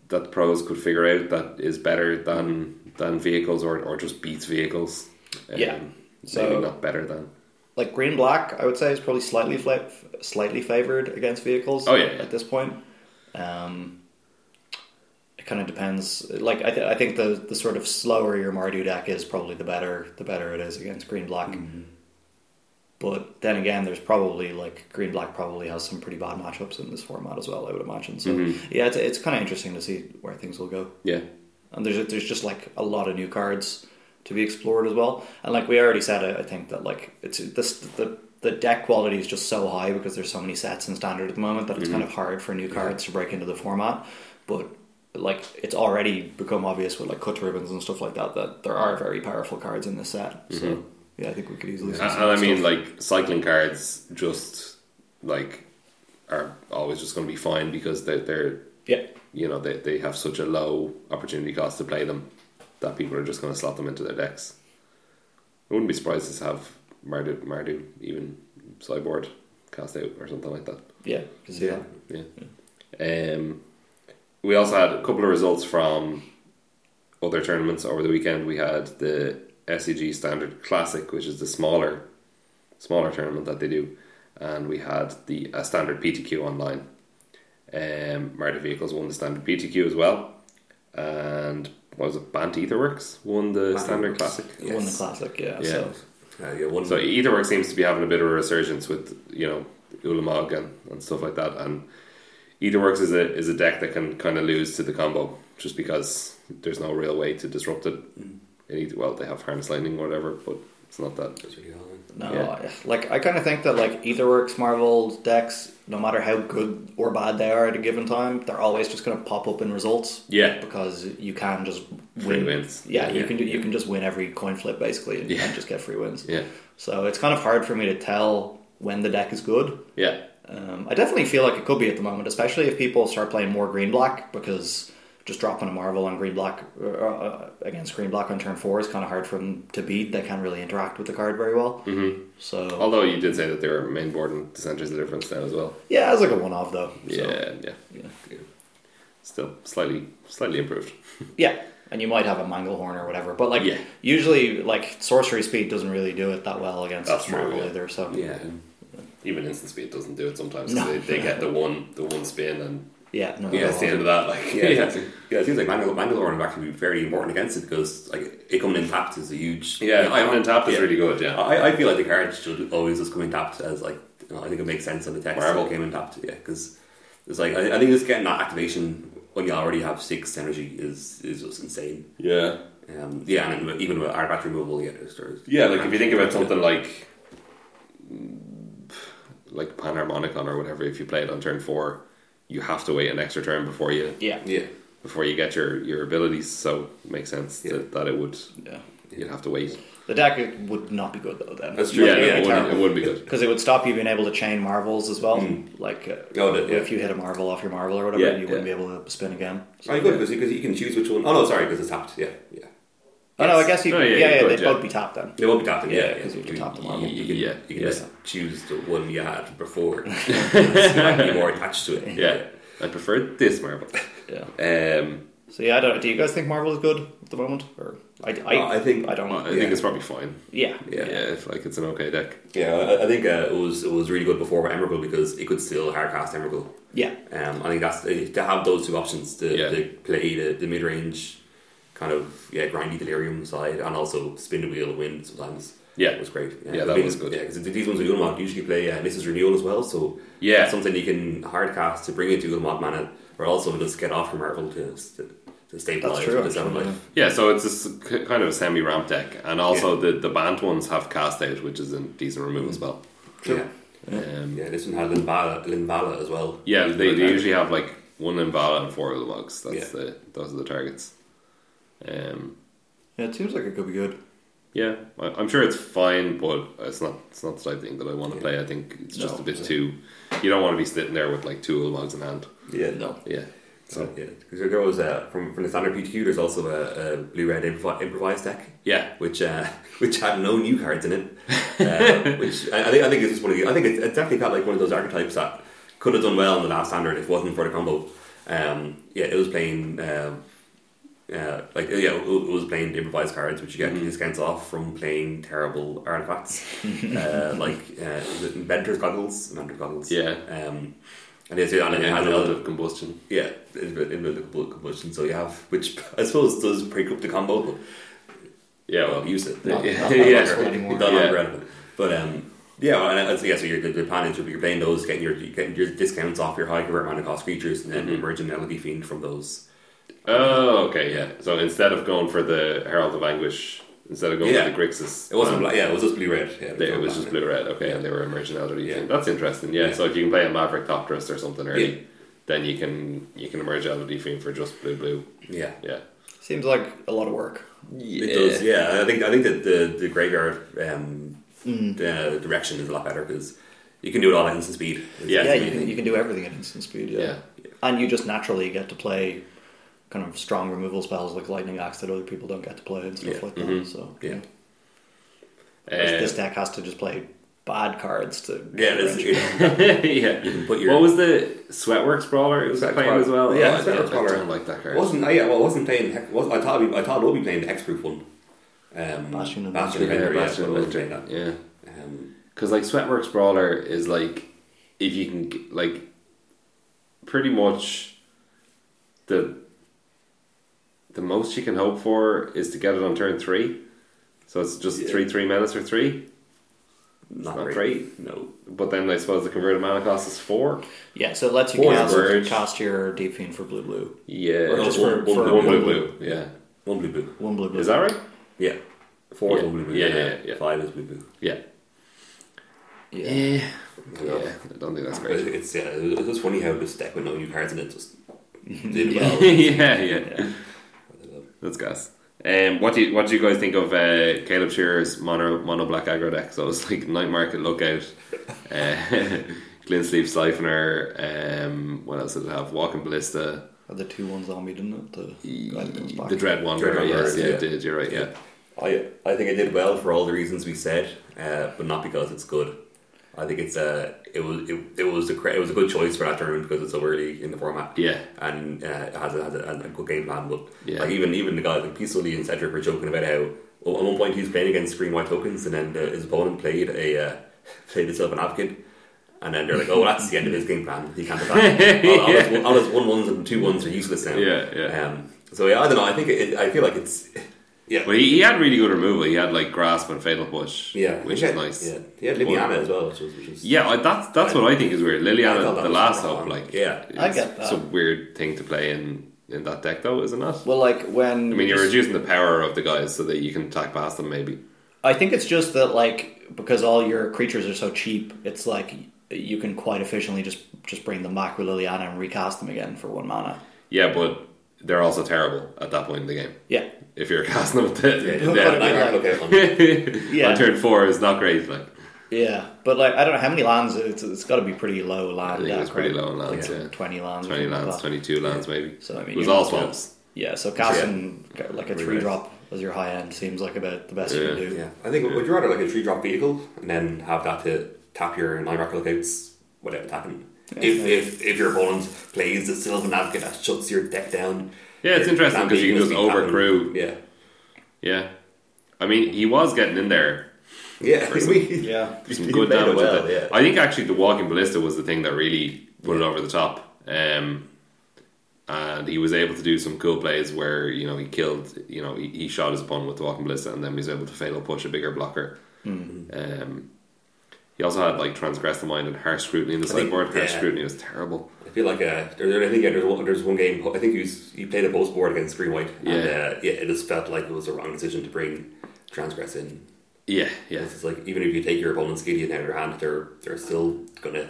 that the pros could figure out that is better than than vehicles or, or just beats vehicles. Um,
Yeah.
maybe
So-
not better than.
like green black i would say is probably slightly fla- slightly favored against vehicles
Oh, yeah, yeah.
at this point um it kind of depends like I, th- I think the the sort of slower your mardu deck is probably the better the better it is against green black
Mm-hmm.
but then again there's probably like green black probably has some pretty bad matchups in this format as well i would imagine so
Mm-hmm.
yeah it's, it's kind of interesting to see where things will go
Yeah,
and there's there's just like a lot of new cards to be explored as well. And like we already said, I, I think that like it's this the the deck quality is just so high because there's so many sets in standard at the moment that it's
Mm-hmm.
kind of hard for new cards to break into the format. But like it's already become obvious with like cut ribbons and stuff like that that there are very powerful cards in this set. So yeah, I think we could easily. see
and,
some
and Mm-hmm. I
stuff.
mean like cycling cards just like are always just going to be fine because they're they're
yeah,
you know they, they have such a low opportunity cost to play them that people are just going to slot them into their decks. I wouldn't be surprised to have Mardu, Mardu even sideboard cast out or something like that.
yeah,
yeah.
yeah.
Yeah. Um, we also had a couple of results from other tournaments over the weekend. We had the SEG Standard Classic, which is the smaller smaller tournament that they do, and we had the a standard PTQ online. Um, Marta Vehicles won the standard PTQ as well, and what was it? Bant Etherworks won the
Bant
standard
Etherworks.
classic.
Yes.
won the classic. Yeah,
Yeah.
so
Uh, yeah, one.
So Etherworks seems to be having a bit of a resurgence with you know Ulamog and, and stuff like that. And Etherworks is a is a deck that can kind of lose to the combo just because there's no real way to disrupt it. In Ether- well, they have harness lightning or whatever, but it's not that.
That's really all.
No,
Yeah.
I- like I kind of think that like Etherworks, Marvel decks, no matter how good or bad they are at a given time, they're always just going to pop up in results.
Yeah.
because you can just
Free
win.
wins.
Yeah,
Yeah,
you can do, you can just win every coin flip basically, and,
Yeah.
and just get free wins.
Yeah,
So it's kind of hard for me to tell when the deck is good.
yeah,
Um, I definitely feel like it could be at the moment, especially if people start playing more green black because just dropping a Marvel on green black uh, uh, against green black on turn four is kind of hard for them to beat. They can't really interact with the card very well. Mm-hmm. So
Although you did say that they were main board and dissenters the difference now as well.
yeah, it's like a one off though. So,
Yeah, yeah,
yeah.
Still slightly, slightly improved.
Yeah, and you might have a Manglehorn or whatever, but like
Yeah.
usually, like sorcery speed doesn't really do it that well against
That's true,
Marvel
yeah.
either. So
Yeah.
Even instant speed doesn't do it sometimes. 'cause
No.
They, they get the one, the one spin, and
yeah, no,
Yeah,
no,
that's the end of that. Like,
Yeah, yeah. It seems like Mangal- Mangalore would actually be very important against it because like it coming in tapped is a huge.
yeah.
I-
Iron and Tap is
yeah.
really good. Yeah, Uh,
I, I feel like the card should always just come in tapped as like you know, I think it makes sense on the text.
Marvel.
Marvel came in tapped, yeah, because it's like I, I think just getting that activation when you already have six energy is is just insane.
yeah.
Um, yeah, and then even with artifact removal, yeah, there's, there's
Yeah, like if you think about something like mm, like Panharmonicon or whatever, if you play it on turn four, you have to wait an extra turn before you
yeah,
yeah,
before you get your, your abilities. So it makes sense
Yeah.
that, that it would
yeah.
you'd have to wait.
The deck would not be good though. Then
That's true,
yeah,
yeah,
it, wouldn't,
yeah,
it wouldn't be good.
because it would stop you being able to chain marvels as well. Like uh,
Oh, the- yeah.
if you hit a marvel off your marvel or whatever,
Yeah,
you wouldn't
yeah.
be able to spin again. So,
Oh, good because you, 'cause you can choose which one. Oh no, sorry, because it's tapped. Yeah, yeah.
Oh no, I guess you.
No, yeah,
yeah,
you
yeah,
could,
they'd
yeah.
both be tapped then.
They won't be tapped. in,
Yeah,
Yeah,
'cause you can
You-
tap them
you-
all.
You, you can,
Yeah,
you can
yeah.
just choose the one you had before. It's slightly more attached to it.
Yeah. I prefer this marble.
Yeah.
Um
So yeah, I don't. Do you guys think Marvel is good at the moment? Or I, I,
Oh, I think-
I don't.
I
Yeah.
think it's probably fine.
yeah.
Yeah.
Yeah.
if like it's an okay deck.
Yeah, I, I think uh, it was it was really good before with Emrakul because it could still hardcast Emrakul.
Yeah.
Um, I think that's to have those two options to,
Yeah.
to play the, the mid range kind of yeah grindy delirium side and also spin the wheel and win sometimes.
Yeah.
it was great.
Yeah, that
I mean,
was good.
Yeah, because these ones in Ulamog usually play uh, Mrs. Renewal as well, so
Yeah.
that's something you can hardcast to bring into Ulamog mana, or also just get off from Marvel to to, to stabilize
That's true,
the seven
actually,
life.
Yeah, so it's this k- kind of a semi ramp deck. And also the, the Bant ones have cast out, which is a decent
Mm.
remove as well.
Yeah.
Um,
yeah, this one had Linvala, Linvala as well.
Yeah, they, they
Okay.
usually have like one Invala and four Ulamogs. That's
Yeah.
the those are the targets. Um,
Yeah, it seems like it could be good.
yeah, I, I'm sure it's fine, but it's not it's not the type of thing that I want to play. I think it's just
No.
a bit too. You don't want to be sitting there with like two Ulamogs in hand.
Yeah,
No.
Yeah,
So yeah, because there was uh, from from the standard PTQ. There's also a, a blue-red improv- improvised deck,
yeah,
which uh, which had no new cards in it. Uh, which I, I think I think it's just one of the, I think it, it definitely felt like one of those archetypes that could have done well in the last standard if it wasn't for the combo. Um, yeah, it was playing. um uh, like yeah, it it was playing the improvised cards, which you get discounts off from playing terrible artifacts, uh, like uh, is it Inventor's Goggles, Inventor's Goggles,
Yeah.
Um, and it's yeah, and it has a lot of
of combustion.
yeah, in the, in the combu- combustion. So you have, which I suppose does break up the combo, but
Yeah,
well,
well,
use it.
Not-
yeah,
not-
not
yeah,
relevant anymore.
not
Yeah.
relevant. But um, yeah, and that's, yeah. So your the, the plan is you're playing those, getting your getting your discounts off your high convert mana cost creatures, and then
Mm-hmm.
emerging LED fiend from those.
oh okay, yeah. So instead of going for the Herald of Anguish, instead of going
Yeah.
for the Grixis,
It wasn't
um,
black. Yeah, it was just blue red. Yeah,
They, it
no
was
black
just
in it.
blue red, okay, and they were emerging elderly.
Yeah.
Yeah. That's interesting. Yeah,
Yeah.
so if you can play a Maverick Topterus or something early,
Yeah.
then you can you can emerge elderly fiend for just blue blue.
Yeah.
Yeah. Uh,
Seems like a lot of work.
yeah.
It does, yeah. And I think I think that the the graveyard um,
Mm.
the direction is a lot better because you can do it all at instant speed. It's-
Yeah.
Yeah,
it's
you can,
amazing.
you can do everything at instant speed. Yeah.
Yeah.
and you just naturally get to play kind of strong removal spells like lightning axe that other people don't get to play and stuff
Yeah.
like that.
mm-hmm.
So
yeah.
Uh,
this deck has to just play bad cards to
Yeah, that's
differentiate.
yeah.
yeah.
can put your-
What was the Sweatworks Brawler? It was
Sweatworks
playing as well.
Brawler. Yeah,
oh, I, don't,
Sweatworks Brawler.
I don't like that
It
card.
wasn't I? Yeah, well, I wasn't playing. Hex, was, I thought I'd be, I thought I'd be playing the hexproof one. Um,
Bastion and
Bastion
yeah,
and Vendor, yeah,
Bastion
but I
Winter.
wasn't playing that.
Yeah,
Um,
because like Sweatworks Brawler is like if you can g- like pretty much the the most you can hope for is to get it on turn three. So it's just
Yeah.
three three minutes or three.
not,
not
great.
great.
No.
But then I suppose the converted mana cost is four.
Yeah, so it lets you
Forge
cast,
Verge.
cast your deep fiend for blue blue.
Yeah,
Or just
one-
for,
one
for
one blue
one
blue. Yeah,
One blue blue.
One blue blue.
is that right?
Yeah. Four is
Yeah.
one blue blue.
Yeah, yeah, yeah.
Five is blue blue.
Yeah.
Yeah.
yeah. I don't think that's
But
great.
It's yeah. It's just funny how this deck with no new cards in it just did
Yeah.
well.
yeah, yeah, that's gas. Um, what do you what do you guys think of uh, Caleb Shearer's mono mono black aggro deck? So it's like night market lookout, uh, glint sleeve siphoner. Um, what else did it have? Walking ballista,
Had the two ones on me, didn't it? The guy that comes back.
The Dread Wanderer.
Dread Wanderer,
yes, yeah,
yeah.
it did. You're right. Yeah.
I I think it did well for all the reasons we said, uh, but not because it's good. I think it's uh, it was it, it was a cre- it was a good choice for that tournament because it's so early in the format.
Yeah.
and uh, it has a, has a, a good game plan. But
Yeah.
like even even the guys like P. Sully and Cedric were joking about how well, at one point he was playing against green white tokens, and then uh, his opponent played a uh, played himself an advocate. And then they're like, "Oh, that's the end of his game plan. He can't attack. all, all, his, one- all his one ones and two ones are useless now."
Yeah, yeah.
Um, so yeah, I don't know. I think it, I feel like it's yeah.
But he, he had really good removal. He had like grasp and fatal push.
Yeah,
which
he
is
had-
nice.
Yeah, he had Liliana as well, which was, which was
Yeah, I, that's that's what I think is weird.
I thought
Liliana,
that
the
was
last
wrong.
up, like
Yeah.
it's,
I get that.
It's a weird thing to play in in that deck, though, isn't it?
Well, like when
I mean, you're reducing the power of the guys so that you can attack past them, maybe.
I think it's just that like because all your creatures are so cheap, it's like you can quite efficiently just just bring them back with Liliana and recast them again for one mana.
Yeah, but they're also terrible at that point in the game.
Yeah,
If you're casting them, at the,
Yeah,
yeah.
like,
Yeah.
look at them.
on
Yeah.
turn four is not great. Like
yeah, but like I don't know how many lands. It's it's got to be pretty low
I
land.
think
deck,
it was pretty
right?
low on lands.
Yeah.
Yeah,
Twenty lands. or
twenty
something like
lands,
that.
twenty-two lands, maybe.
So I mean,
it was
you-
all swamps.
Yeah, so casting like a
Really
three
nice.
drop as your high end seems like about the best you can
Yeah.
do.
Yeah, I think would you rather like a three drop vehicle and then have that to tap your nine rock lookouts without attacking? If, if if your opponent plays the Sylvan Advocate that shuts your deck down.
Yeah, it's
your
interesting
plan
'cause
B
you can
must
just
be tapping-
overcrew.
Yeah,
Yeah, I mean, he was getting in there.
yeah, we,
Yeah.
we
Some good
played it
damage.
well,
with it.
yeah.
I think actually the walking ballista was the thing that really put it over the top. Um, and he was able to do some cool plays where you know he killed, you know, he, he shot his opponent with the walking ballista, and then he was able to fatal push a bigger blocker.
Mm-hmm.
Um, he also had like transgress the mind and harsh scrutiny in the
think-
sideboard. harsh
yeah.
scrutiny was terrible.
I feel like uh, there, there- I think yeah, there's one there's one game I think he was he played a post board against Green White and
Yeah.
uh, yeah it just felt like it was a wrong decision to bring Transgress in.
Yeah, yeah,
It's like even if you take your opponent's Gideon out of your hand, they're they're still gonna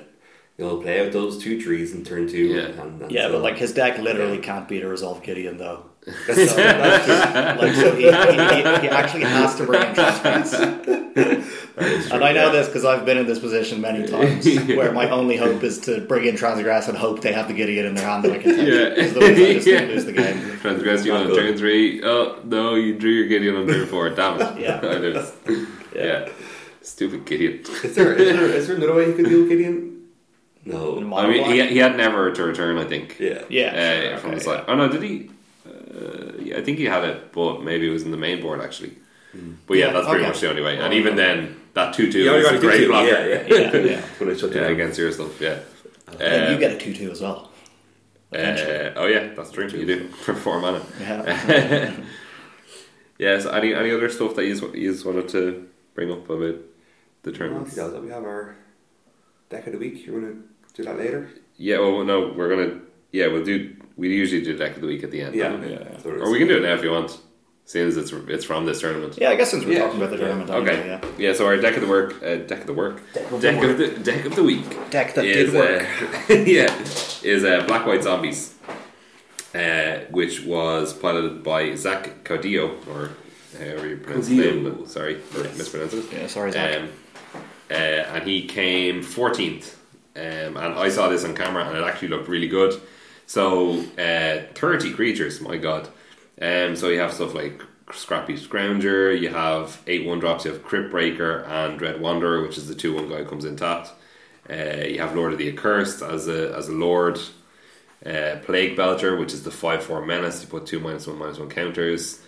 you know play out those two trees in turn two.
Yeah.
and, and, and
Yeah,
so-
but like his deck literally
Yeah.
can't beat a resolve Gideon though.
That's- that's just-
Like so, he, he, he, he actually has to bring in transgress. and I know this because I've been in this position many times, where my only hope is to bring in transgress and hope they have the Gideon in their hand that I can take.
Yeah.
Because otherwise I just
Yeah.
lose the game.
transgress you
Not
on
good.
turn three. Oh no, you drew your Gideon on turn four. Damn it!
Yeah.
I knew this.
Yeah.
yeah, stupid Gideon.
Is there, is there, is there another way you could deal with Gideon? No.
I mean, he, he had never to return, I think.
Yeah.
Uh,
yeah, sure,
from
okay,
the side. Oh no, did he? Uh, yeah, I think he had it, but maybe it was in the main board actually. But yeah,
Yeah,
that's pretty
okay.
much the only way. And even then, that two two
You
is a
already Hmm. got a
great
great block.
blocker.
Yeah, yeah.
Yeah, yeah.
When I shut you
Yeah,
down.
against yourself. Yeah.
And you
Uh,
get a two two as well. Eventually.
uh, oh yeah, that's true. You do for four mana.
yeah.
Yeah. So any any other stuff that you just wanted to bring up about the
Well,
tournaments?
yeah, so We have our deck of the week. You want to do that later?
Yeah. Well, no, we're gonna. Yeah, we'll do. We usually do deck of the week at the end. don't we?
yeah.
So
Or we can do it now if you want, seeing as it's it's from this tournament.
Yeah, I guess since we're
Yeah,
talking about the
yeah.
tournament,
Okay.
yeah.
Yeah. So our deck of the work, uh, deck of the work, deck
of
of
the
the deck of the, week.
Deck that
is,
did work.
uh, yeah, is uh, Black White Zombies, uh, which was piloted by Zach Caudillo, or however you pronounce his
Caudillo.
name. Sorry for mispronouncing it.
Yeah, sorry, Zach.
Um, uh, and he came 14th. Um, and I saw this on camera and it actually looked really good. So, uh, 30 creatures, my god. Um, so, you have stuff like Scrappy Scrounger, you have 8 1 drops, you have Crypt Breaker and Dread Wanderer, which is the 2 1 guy who comes in tapped. Uh, you have Lord of the Accursed as a, as a lord. Uh, Plague Belcher, which is the 5 4 menace, you put 2 minus 1 minus 1 counters.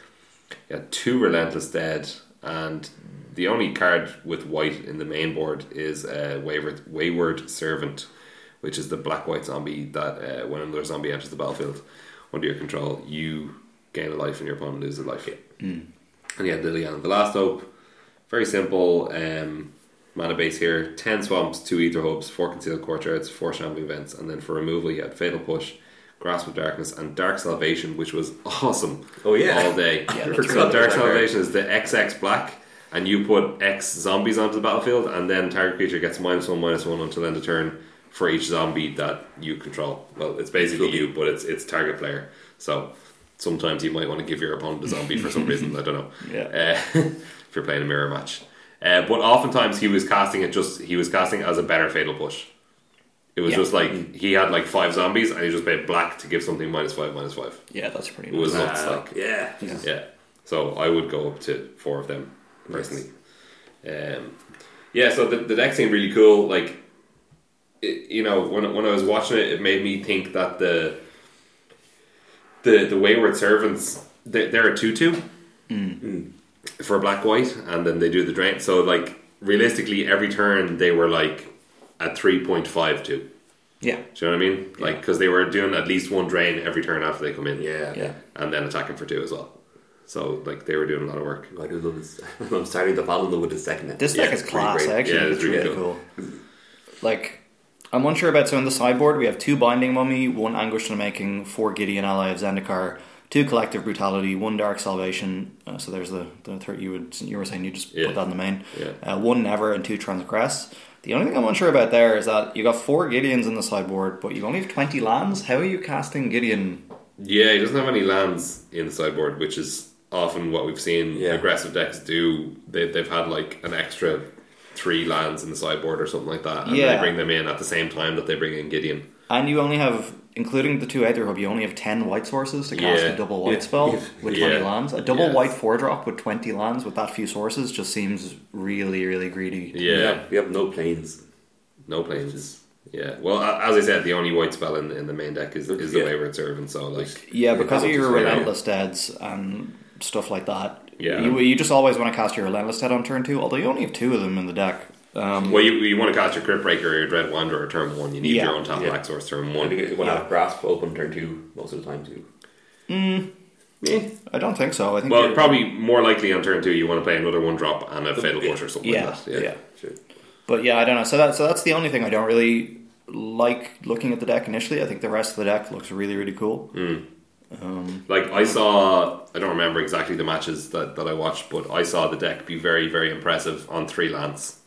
Yeah, two relentless dead, and the only card with white in the main board is uh, wayward wayward servant, which is the black white zombie that uh, when another zombie enters the battlefield under your control, you gain a life and your opponent loses a life. Mm. And yeah, Liliana the Last Hope, very simple um, mana base here: ten swamps, two ether hopes, four concealed courtyards, four shambling events, and then for removal you had fatal push. Grasp of Darkness and Dark Salvation, which was awesome.
Oh, yeah.
all day.
Yeah, that's
so
right.
Dark Salvation is the XX black, and you put X zombies onto the battlefield, and then target creature gets minus one, minus one until end of turn for each zombie that you control. Well, it's basically you, but it's it's target player. So sometimes you might want to give your opponent a zombie for some reason. I don't know.
Yeah.
Uh, if you're playing a mirror match, uh, but oftentimes he was casting it just he was casting it as a better fatal push. It was
Yeah. Mm.
just like he had like five zombies and he just played black to give something minus five, minus five.
Yeah, that's pretty.
It was
Nice.
nuts.
Uh,
Like,
yeah.
yeah. So I would go up to four of them personally. Um, yeah. So the, the deck seemed really cool. Like, it, you know, when when I was watching it, it made me think that the the the wayward servants they, they're a two two for black white, and then they do the drain. So like realistically, every turn they were like at three point five two.
Yeah,
Do you know what I mean? Like because they were doing at least one drain every turn after they come in
Yeah.
yeah.
and then attacking for two as well. So like they were doing a lot of work.
I do love this. I'm starting to fall in love with his second.
This
Yeah,
deck is
it's
class.
really great.
Actually,
Yeah, it's
it's,
really
really, cool. Like, I'm unsure about. So in the sideboard, we have two Binding Mummy, one Anguish and Making, four Gideon Ally of Zendikar, two Collective Brutality, one Dark Salvation. Uh, so there's the the third you would you were saying you just
Yeah.
put that in the main.
Yeah.
Uh, one Never and two Transgress. The only thing I'm unsure about there is that you got four Gideons in the sideboard, but you only have 20 lands. How are you casting Gideon?
Yeah, he doesn't have any lands in the sideboard, which is often what we've seen
Yeah.
aggressive decks do. They, they've had like an extra three lands in the sideboard or something like that, and they
Yeah.
bring them in at the same time that they bring in Gideon.
And you only have, including the two Aether Hub, you only have 10 white sources to cast
Yeah.
a double white spell with
Yeah.
20 lands. A double
Yeah.
white 4 drop with 20 lands with that few sources just seems really, really greedy.
Yeah,
We have no planes.
no planes. Yeah, well, a- as I said, the only white spell in, in the main deck is, is the
Yeah.
Wayward Servant. So like,
Yeah, because of
Yeah.
your relentless deads and stuff like that.
Yeah.
You, you just always want to cast your relentless dead on turn two, although you only have two of them in the deck. Um,
well, you, you want to cast your Crypt Breaker or your Dread Wanderer turn one. You need
Yeah.
your own top
Yeah.
black source turn
I
one.
think it will have grasp open turn two most of the time too.
Eh.
I don't think so. I think
Well,
you're-
probably more likely on turn two, you want to play another one drop and a fatal push or something
yeah,
like that.
yeah,
Yeah.
Sure.
But yeah, I don't know. So that so that's the only thing I don't really like looking at the deck initially. I think the rest of the deck looks really really cool.
Mm. Like, I saw, I don't remember exactly the matches that, that I watched, but I saw the deck be very, very impressive on three lands,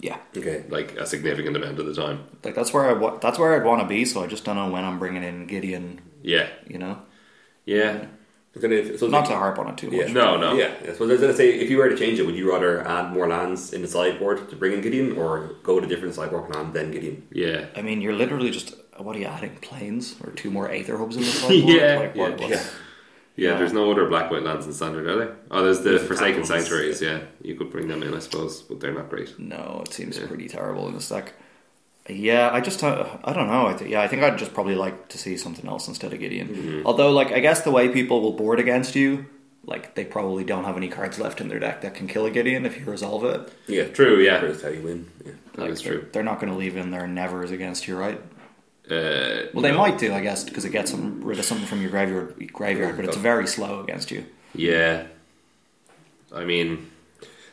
Yeah,
Okay.
like a significant amount of the time.
like that's where I wa- that's where I'd want to be. So I just don't know when I'm bringing in Gideon.
Yeah.
You know,
Yeah.
We're gonna- so it's
not
like-
to harp on it too much.
Yeah.
No, no.
Yeah. yeah. So I was gonna say, if you were to change it, would you rather add more lands in the sideboard to bring in Gideon, or go to different sideboard land then Gideon?
Yeah.
I mean, you're literally just what are you adding planes or two more Aether hubs in the sideboard?
Yeah,
like, what,
yeah,
what's-
Yeah,
No.
there's no other black white lands in standard, are there? Oh, there's the
the
Forsaken
Tackles,
Sanctuaries, yeah. You could bring them in, I suppose, but they're not great.
No, it seems pretty terrible in this deck. Yeah, I just don't- I don't know. I th- yeah, I think I'd just probably like to see something else instead of Gideon.
Mm-hmm.
Although, like, I guess the way people will board against you, like, they probably don't have any cards left in their deck that can kill a Gideon if you resolve it.
Yeah.
True, yeah.
That's how you win. Yeah.
That
like,
is
they're-
true.
They're not going to leave in their nevers against you, right?
Uh,
Well, they might do, I guess, because it gets some, rid of something from your graveyard, graveyard, but it's very slow against you.
Yeah. I mean,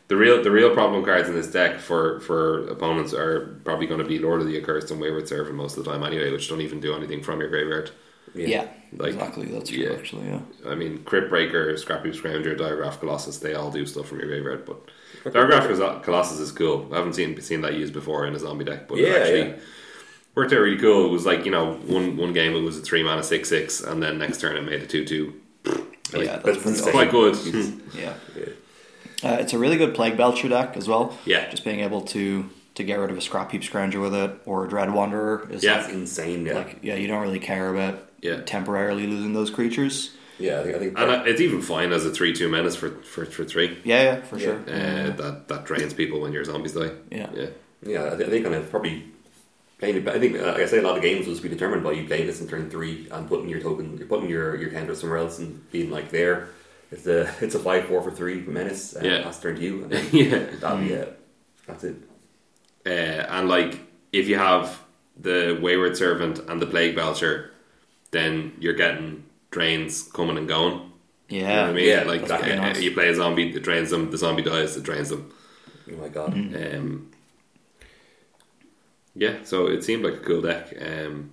the real the real problem cards in this deck for for opponents are probably going to be Lord of the Accursed and Wayward Servant most of the time anyway, which don't even do anything from your graveyard.
Yeah,
Like,
exactly. That's true,
yeah.
actually. Yeah.
I mean, Crypt Breaker, Scrappy Scrounger, Diagraph Colossus, they all do stuff from your graveyard, but Diagraph Cos- Colossus is cool. I haven't seen seen that used before in a zombie deck, but
Yeah,
it actually
yeah.
worked out really cool. It was like, you know, one one game it was a 3 mana 6 6, and then next turn it made a 2 2. Like,
yeah,
that's
that's pretty
insane.
awesome.
Quite good.
Yeah.
Yeah.
Uh, it's a really good Plague Belcher deck as well.
Yeah.
Just being able to to get rid of a Scrap Heap Scrounger with it or a Dread Wanderer is
Yeah.
That's insane. Yeah.
like, yeah, you don't really care about
Yeah.
temporarily losing those creatures.
yeah. I think. I think
And uh, it's even fine as a three two menace for for, for three.
Yeah, yeah, for sure.
Uh, that that drains people when your zombies die.
Yeah.
yeah,
Yeah, I thi- I think kind of probably playing it. But I think, uh, like I say, a lot of games will just be determined by you playing this in turn three and putting your token, you're putting your your counter somewhere else and being like there. It's a it's a five four for three menace. And
Yeah.
that's turn to you. And then
yeah.
that'll be it. That's it.
Uh, and like if you have the wayward servant and the plague belcher, then you're getting drains coming and going.
yeah.
You know what I mean?
Yeah,
like
that'd be
uh,
nice.
you play a zombie, it drains them. The zombie dies, it drains them.
Oh my god.
Um, yeah, so it seemed like a cool deck. Um,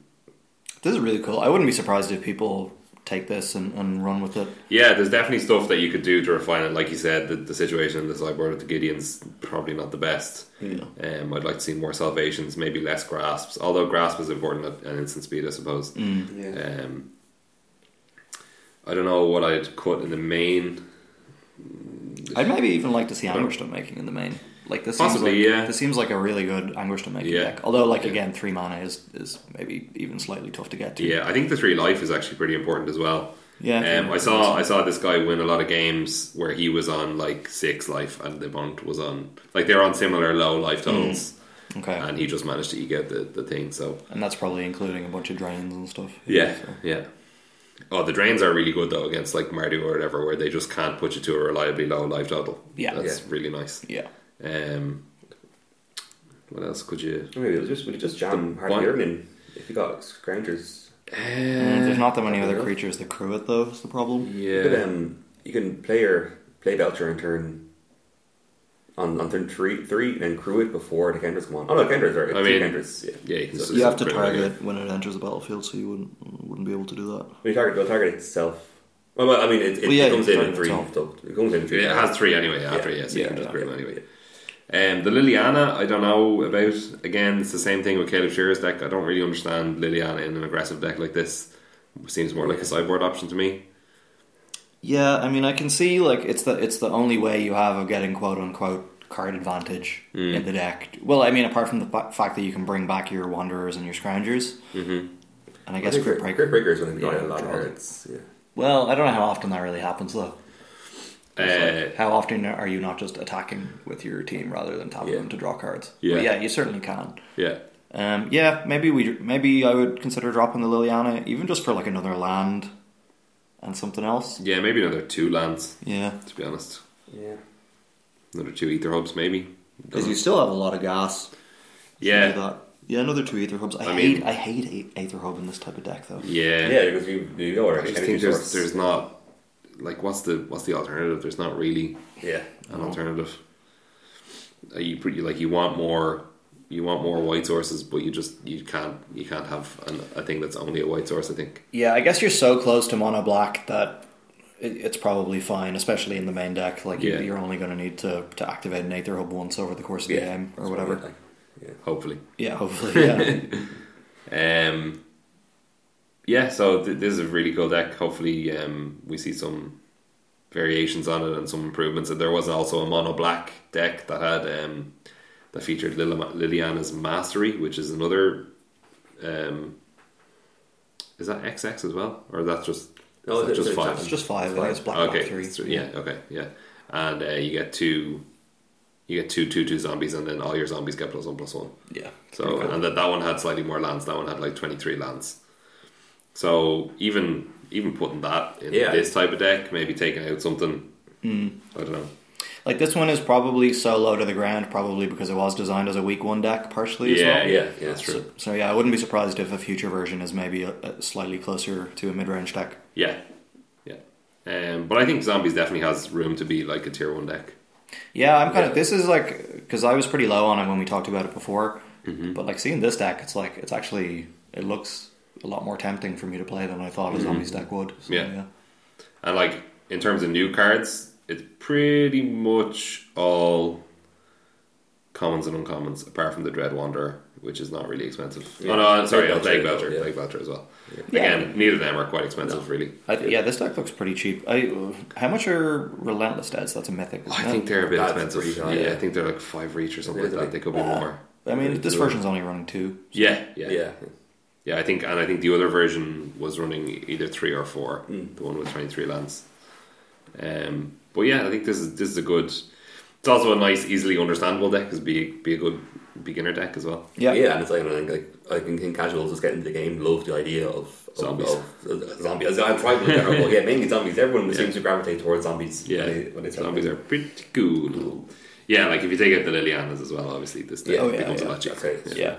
This is really cool. I wouldn't be surprised if people take this and, and run with it.
Yeah, there's definitely stuff that you could do to refine it. Like you said, the, the situation in the sideboard with the Gideon's probably not the best. Um, I'd like to see more salvations, maybe less grasps. Although grasp is important at an instant speed, I suppose.
Yeah.
Um, I don't know what I'd cut in the main.
I'd maybe even like to see Amherst I'm making in the main. Like this
Possibly,
seems like,
yeah.
This seems like a really good anguish to make
Yeah.
deck. Although, like
Yeah.
again, three mana is is maybe even slightly tough to get to.
Yeah, I think the three life is actually pretty important as well.
Yeah, I
um,
think
I saw I saw this guy win a lot of games where he was on like six life and the opponent was on like they were on similar low life totals,
Okay,
and he just managed to eke out the, the thing. So
and that's probably including a bunch of drains and stuff.
yeah, yeah. Oh, the drains are really good though against like Mardu or whatever, where they just can't put you to a reliably low life total.
Yeah.
that's
Yeah.
really nice.
yeah.
Um, what else could you?
Maybe we'll just, we could just jam Hard
one-
Urban if you got Scroungers.
uh,
Mm, there's not that many other
Yeah.
creatures that crew it though. Is the problem?
yeah,
You, could, um, you can play your play Belcher and turn on, on turn three, three and then crew it before the Kendras come on. Oh no, Kendras are
I
two
mean-
Kendras. Yeah.
yeah. You, can just
You have to
pretty
target
much-
it when it enters the battlefield, so you wouldn't wouldn't be able to do that.
We target, it'll target itself. Well, well, I mean, it, it,
Well, yeah,
it comes
you
in
can
in
target
three.
itself.
So it comes in three.
It has three anyway after, yeah, so you
Yeah,
can just
yeah.
crew them anyway. Um, the Liliana, I don't know about. Again, it's the same thing with Caleb Shearer's deck. I don't really understand Liliana in an aggressive deck like this. Seems more like a sideboard option to me.
Yeah, I mean, I can see like it's the it's the only way you have of getting quote unquote card advantage in the deck. Well, I mean, apart from the fa- fact that you can bring back your wanderers and your scroungers, mm-hmm. and I guess Grip Breaker.
Grip Breaker is one of the
Yeah,
yeah, a lot
draw.
harder. It's, yeah.
Well, I don't know how often that really happens though. It's
Uh,
like, how often are you not just attacking with your team rather than tapping
Yeah.
them to draw cards?
Yeah.
But yeah, you certainly can.
yeah,
Um, yeah, maybe we maybe I would consider dropping the Liliana even just for like another land and something else.
yeah, maybe another two lands,
Yeah.
to be honest.
yeah.
Another two ether hubs, maybe.
Because you still have a lot of gas. You can do
Yeah,
that. Yeah, another two ether hubs. I,
I
hate
mean-
I hate a- aether hub in this type of deck though.
yeah,
Yeah, because you, you know our
I just
energy
think there's
source.
there's not like what's the what's the alternative? There's not really
yeah.
an alternative. Uh, you pretty like you want more, you want more white sources, but you just you can't you can't have an, a thing that's only a white source. I think.
Yeah, I guess you're so close to mono black that it, it's probably fine, especially in the main deck. Like you-
Yeah.
you're only going to need to to activate an aether hub once over the course of the
Yeah.
game or whatever.
Like, yeah.
Hopefully,
Yeah, hopefully. Yeah.
um, yeah. So th- this is a really cool deck. Hopefully, um, we see some variations on it and some improvements. And there was also a mono black deck that had um, that featured Lil- Liliana's Mastery, which is another. Um, is that XX as well, or that's just is
No,
that
it's-
just
it's
five?
just-
it's just five. I think it's black
okay,
black three.
it's three, yeah, okay, yeah, and uh, you get two, you get two two two zombies, and then all your zombies get plus one plus one.
yeah.
So and that that one had slightly more lands. That one had like twenty three lands. So even even putting that in
Yeah.
this type of deck, maybe taking out something. I don't know.
Like this one is probably so low to the ground, probably because it was designed as a week one deck, partially as
Yeah,
well.
yeah, yeah, that's
So,
true.
so yeah, I wouldn't be surprised if a future version is maybe a, a slightly closer to a mid range deck.
Yeah, yeah. Um, but I think zombies definitely has room to be like a tier one deck.
Yeah, I'm kind
Yeah.
of. This is like because I was pretty low on it when we talked about it before,
Mm-hmm.
but like seeing this deck, it's like it's actually it looks a lot more tempting for me to play than I thought a zombies deck would. So,
Mm-hmm. Yeah. And like in terms of new cards, it's pretty much all commons and uncommons, apart from the Dread Wanderer, which is not really expensive.
Yeah.
Oh no, I'm sorry,
Plague
I'll take
Belcher,
Belcher,
yeah.
Plague Belcher as well.
Yeah.
Again, neither of them are quite expensive, really.
I, yeah, this deck looks pretty cheap. I, how much are relentless dead? So That's a mythic.
I
isn't it?
think they're a bit
That's
expensive.
pretty high,
yeah,
yeah.
I think they're like five reach or something
Yeah,
like that.
like- uh,
They could be more.
I mean, this version's only running two.
Yeah, yeah, yeah,
Yeah.
I think, and I think the other version was running either three or four.
Hmm.
The one with twenty three lands. Um, but yeah, I think this is this is a good. It's also a nice, easily understandable deck. Cause be be a good beginner deck as well.
Yeah.
Yeah, and it's like, I think, like I can think casuals just get into the game love the idea of, of
Zombies.
Of, uh, zombies. I'm trying to well, yeah, mainly zombies. Everyone seems to gravitate towards zombies.
Yeah,
when they, when they start
zombies
playing.
are pretty cool. Yeah, like if you take out the Lilianas as well, obviously this deck
Yeah, oh
yeah,
becomes
yeah,
a lot cheaper.
okay.
Yeah.
Yeah.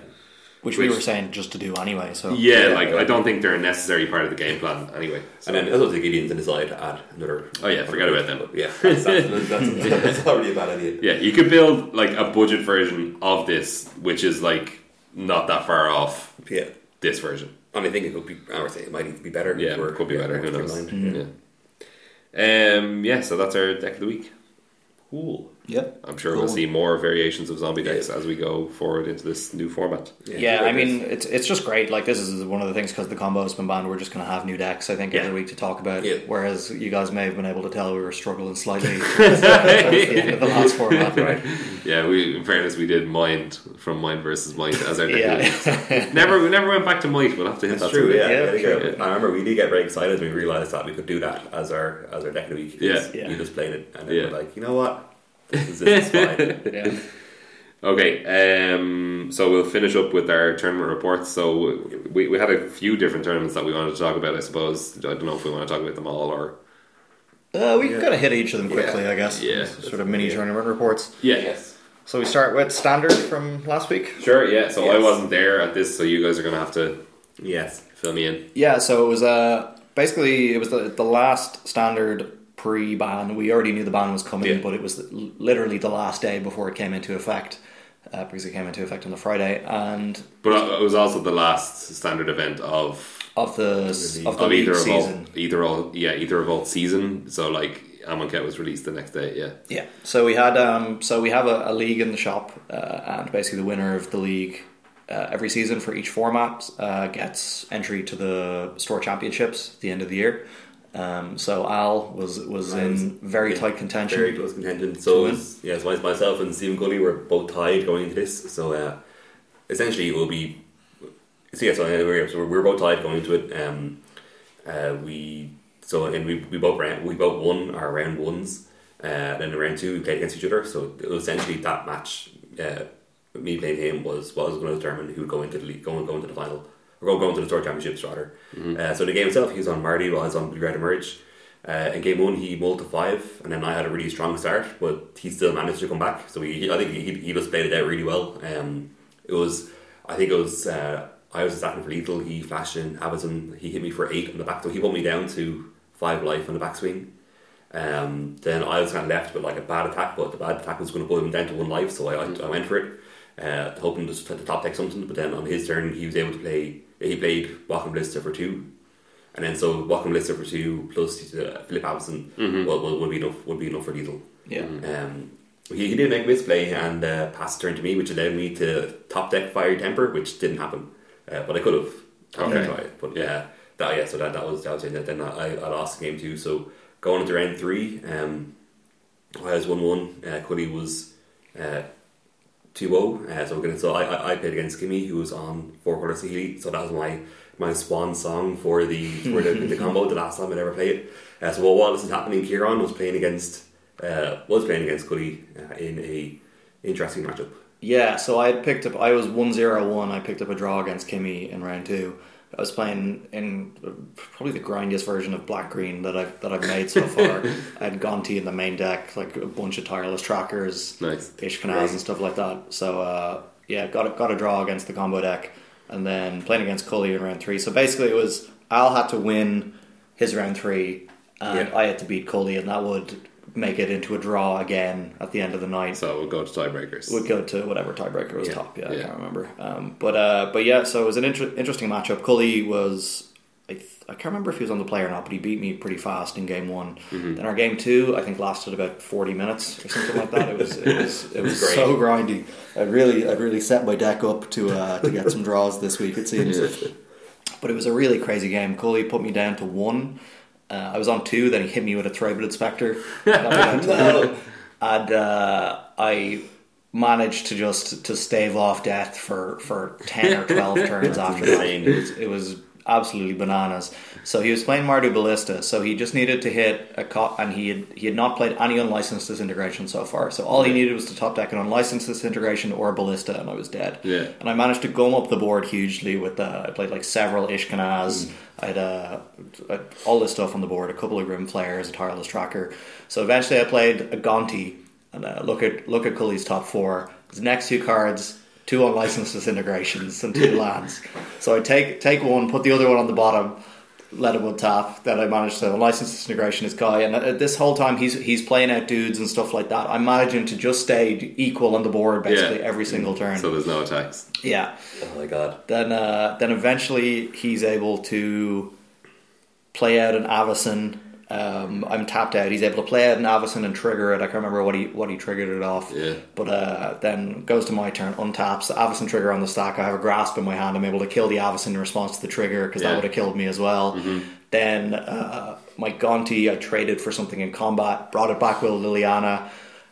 Which, we
Which-
were saying just to do anyway. So
Yeah,
Yeah,
like
yeah.
I don't think they're a necessary part of the game plan anyway. So-
And then also the Gideons and decide to add another.
oh yeah, forget about them.
Yeah, that's, that's, that's, that's already a bad idea.
Yeah, you could build like a budget version of this, which is like not that far off
Yeah.
this version.
And I think it could be, I would say it might even be better.
Yeah,
Or-
it could be
yeah,
better. Who
more
knows? Mm-hmm.
streamlined.
Yeah. Um, yeah, so that's our deck of the week.
Cool.
Yep.
I'm sure
Cool.
we'll see more variations of Zombie Days as we go forward into this new format.
Yeah, I mean, it's it's just great. Like this is one of the things because the combo has been banned. We're just going to have new decks. I think
Yeah.
every week to talk about.
Yeah.
Whereas you guys may have been able to tell we were struggling slightly towards the end of the last format, right?
Yeah, we in fairness we did Mind from Mind versus Mind as our deck.
Yeah.
never we never went back to Might. We'll have to hit
That's
that
true.
someday.
Yeah,
Yeah,
I,
true.
think, uh, I remember we did get very excited when we realized that we could do that as our as our deck of the week.
Yeah.
Yeah.
you just played it, and then
Yeah.
we're like, you know what, this is, this is fine.
yeah.
Okay, um, so we'll finish up with our tournament reports. So we, we had a few different tournaments that we wanted to talk about. I suppose I don't know if we want to talk about them all or
Uh, we kind of hit each of them quickly, I guess.
Yeah.
Sort of mini tournament reports.
yeah.
So we start with standard from last week.
Sure, yeah. So I
Yes.
wasn't there at this, so you guys are gonna have to
Yes,
fill me in.
Yeah, so it was uh, basically it was the, the last standard pre-ban. We already knew the ban was coming,
Yeah.
but it was the- literally the last day before it came into effect uh, because it came into effect on the Friday and
But it was also the last standard event of
of the s- of the
of
league
either of all,
season.
either all, yeah, either of all season. So like Amonkhet was released the next day. Yeah,
Yeah. So we had um, so we have a, a league in the shop, uh, and basically the winner of the league uh, every season for each format uh, gets entry to the store championships at the end of the year. Um, so Al was was in very
yeah,
tight contention.
very close contention. So
Two
yes, yeah, so myself and Stephen Gully were both tied going into this. So uh, essentially, it will be. So yeah, so uh, we're, so we're both tied going into it. Um, uh, we so and we, we both ran, we both won our round ones. Uh, then in round two, we played against each other. So it was essentially that match, uh, me playing him was was going to determine who would go into the league, go, go into the final, or go, go into the tour championships rather. Uh, so the game itself, he was on Marty while I was on Blue Red Emerge. Uh, in game one, he mulled to five, and then I had a really strong start, but he still managed to come back. So he, I think he, he just played it out really well. Um, it was, I think it was, uh, I was attacking for lethal. He flashed in Amazon. He hit me for eight on the back, so he put me down to five life on the backswing. Um, then I was kind of left with like a bad attack, but the bad attack was going to pull him down to one life, so I, I, I went for it, uh, hoping just to top deck something. But then on his turn, he was able to play. He played Walking Blister for two, and then so Walking Blister for two plus uh, Philip Abson would, would, would be enough. Would be enough for lethal.
Yeah.
Um, he, he did make a misplay and uh, passed turn to me, which allowed me to top deck Fire Temper, which didn't happen, uh, but I could have top decked
Okay.
it. But yeah, that yeah. So that, that was that was it. Then I, I lost game two. So going into round three, um, I was one one. Uh, Cuddy was uh, 2-0. Uh, so we're gonna, so I, I I played against Kimmy, who was on four quarter Sahili. So that was my my swan song for the for the, the combo. The last time I'd ever played it. Uh, so while, while this is happening, Kieran was playing against uh, was playing against Cuddy uh, in a interesting matchup.
Yeah, so I had picked up. I was one zero one. I picked up a draw against Kimmy in round two. I was playing in probably the grindiest version of black green that I've that I've made so far. I had Gonti in the main deck, like a bunch of tireless trackers,
Nice.
ish canals and stuff like that. So uh, yeah, got a, got a draw against the combo deck, and then playing against Cully in round three. So basically, it was Al had to win his round three, and
Yeah.
I had to beat Cully, and that would make it into a draw again at the end of the night
So we'll go to tiebreakers.
would go to whatever tiebreaker was top. Yeah,
yeah.
I can't remember. Um, but uh, but yeah, so it was an inter- interesting matchup. Cully was. I, th- I can't remember if he was on the play or not, but he beat me pretty fast in game one. Then our game two, I think, lasted about forty minutes or something like that. It was it was it was
Great.
so grindy. I really I really set my deck up to uh, to get some draws this week. It seems, but it was a really crazy game. Cully put me down to one. Uh, I was on two, then he hit me with a throw-bladed specter. Got me down to one. And uh, I managed to just to stave off death for, for ten or twelve turns after that.
insane.
It was, it was absolutely bananas. So he was playing Mardu Ballista, so he just needed to hit a cop, and he had he had not played any unlicensed disintegration so far. So all he needed was to top deck an unlicensed disintegration or a Ballista, and I was dead.
Yeah.
And I managed to gum up the board hugely with uh, I played like several Ishkanaz.
Hmm.
I had uh, I- all this stuff on the board, a couple of Grim Flares, a Tireless Tracker. So eventually I played a Gonti and uh, look at look at Cully's top four. His next two cards, two unlicensed disintegrations and two lands. So I take take one, put the other one on the bottom. Let him on top. Then I managed to unlicense disintegration his guy, and uh, this whole time he's he's playing out dudes and stuff like that. I'm managing to just stay equal on the board basically
Yeah.
every single turn.
so there's no attacks.
Yeah.
Oh my god!
Then uh, then eventually he's able to play out an Avison Um, I'm tapped out. He's able to play out an Avison and trigger it. I can't remember what he what he triggered it off.
Yeah.
But uh, then goes to my turn, untaps Avison trigger on the stack. I have a grasp in my hand. I'm able to kill the Avison in response to the trigger because
Yeah. Mm-hmm.
that would have killed me as well. Then uh, my Gonti, I traded for something in combat, brought it back with Liliana.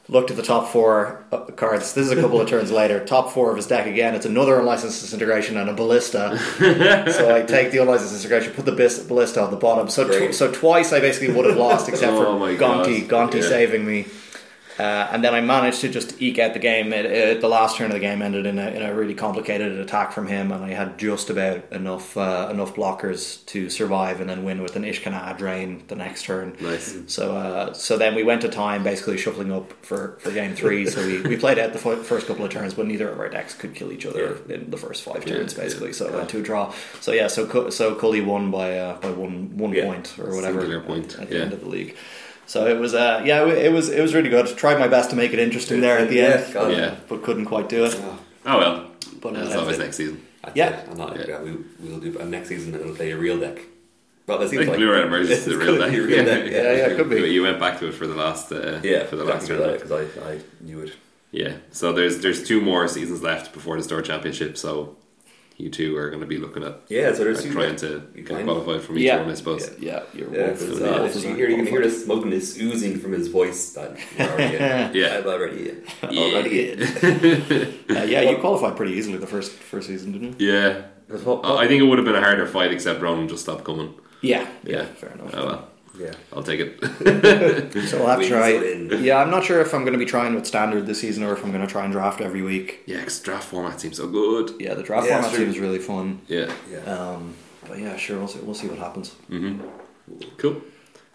Looked at the top four uh, cards. This is a couple of turns later. Top four of his deck again. It's another unlicensed disintegration and a ballista. so I take the unlicensed disintegration, put the bis- ballista on the bottom. So tw-
Great.
so twice I basically would have lost, except
Oh
for
my
Gonti.
God.
Gonti
Yeah.
saving me. Uh, and then I managed to just eke out the game. It, it, the last turn of the game ended in a, in a really complicated attack from him, and I had just about enough uh, enough blockers to survive and then win with an Ishkana drain the next turn.
Nice.
So uh, so then we went to time, basically shuffling up for, for game three. so we, we played out the f- first couple of turns, but neither of our decks could kill each other in the first five turns,
yeah.
basically. So it went to a draw. So yeah, so Cu- so Cully won by uh, by one one
Yeah.
point or whatever
Singular
at-
point,
at, the
yeah.
end of the league. So it was uh, yeah, it was it was really good. Tried my best to make it interesting there at the
Yeah,
end,
God.
Yeah.
but couldn't quite do it.
Oh well.
But, uh,
That's
that's
always
it.
next season.
That's
Yeah.
it. I'm not,
Yeah.
yeah. we, we'll do. And next season, I'm going to play a real deck. Well, that
I
seems
think
like
Blue Red emerges to the
It's
real deck.
gonna be real deck, yeah.
Yeah, yeah, it could be.
But you went back to it for the last. Uh,
yeah,
for the last
definitely
round.
because I, I knew it.
Yeah. So there's there's two more seasons left before the store championship. So you two are going to be looking at
Yeah, so there's
like,
two
trying
decks.
to
You
get
find-
qualified from each
yeah,
one, I suppose.
yeah, yeah, you're
Yeah,
wolf.
because
Yeah,
uh,
wolf
if
is
you
not
hear, you can hear
qualified.
the smugness oozing from his voice. That you're already in.
Yeah.
I'm already in.
Yeah.
Already in.
Uh, yeah, you qualified pretty easily the first first season, didn't you?
Yeah.
That's what-
I I think it would have been a harder fight except Ronan just stopped coming.
Yeah,
Yeah.
fair enough.
Oh well.
Yeah.
I'll take it.
So I'll have to
Wins
try.
win.
Yeah, I'm not sure if I'm going to be trying with standard this season or if I'm going to try and draft every week.
yeah, 'cause draft format seems so good.
Yeah, the draft
Yeah,
format
sure.
seems really fun.
Yeah.
Yeah.
Um, but yeah, sure, we'll see, we'll see what happens.
Cool.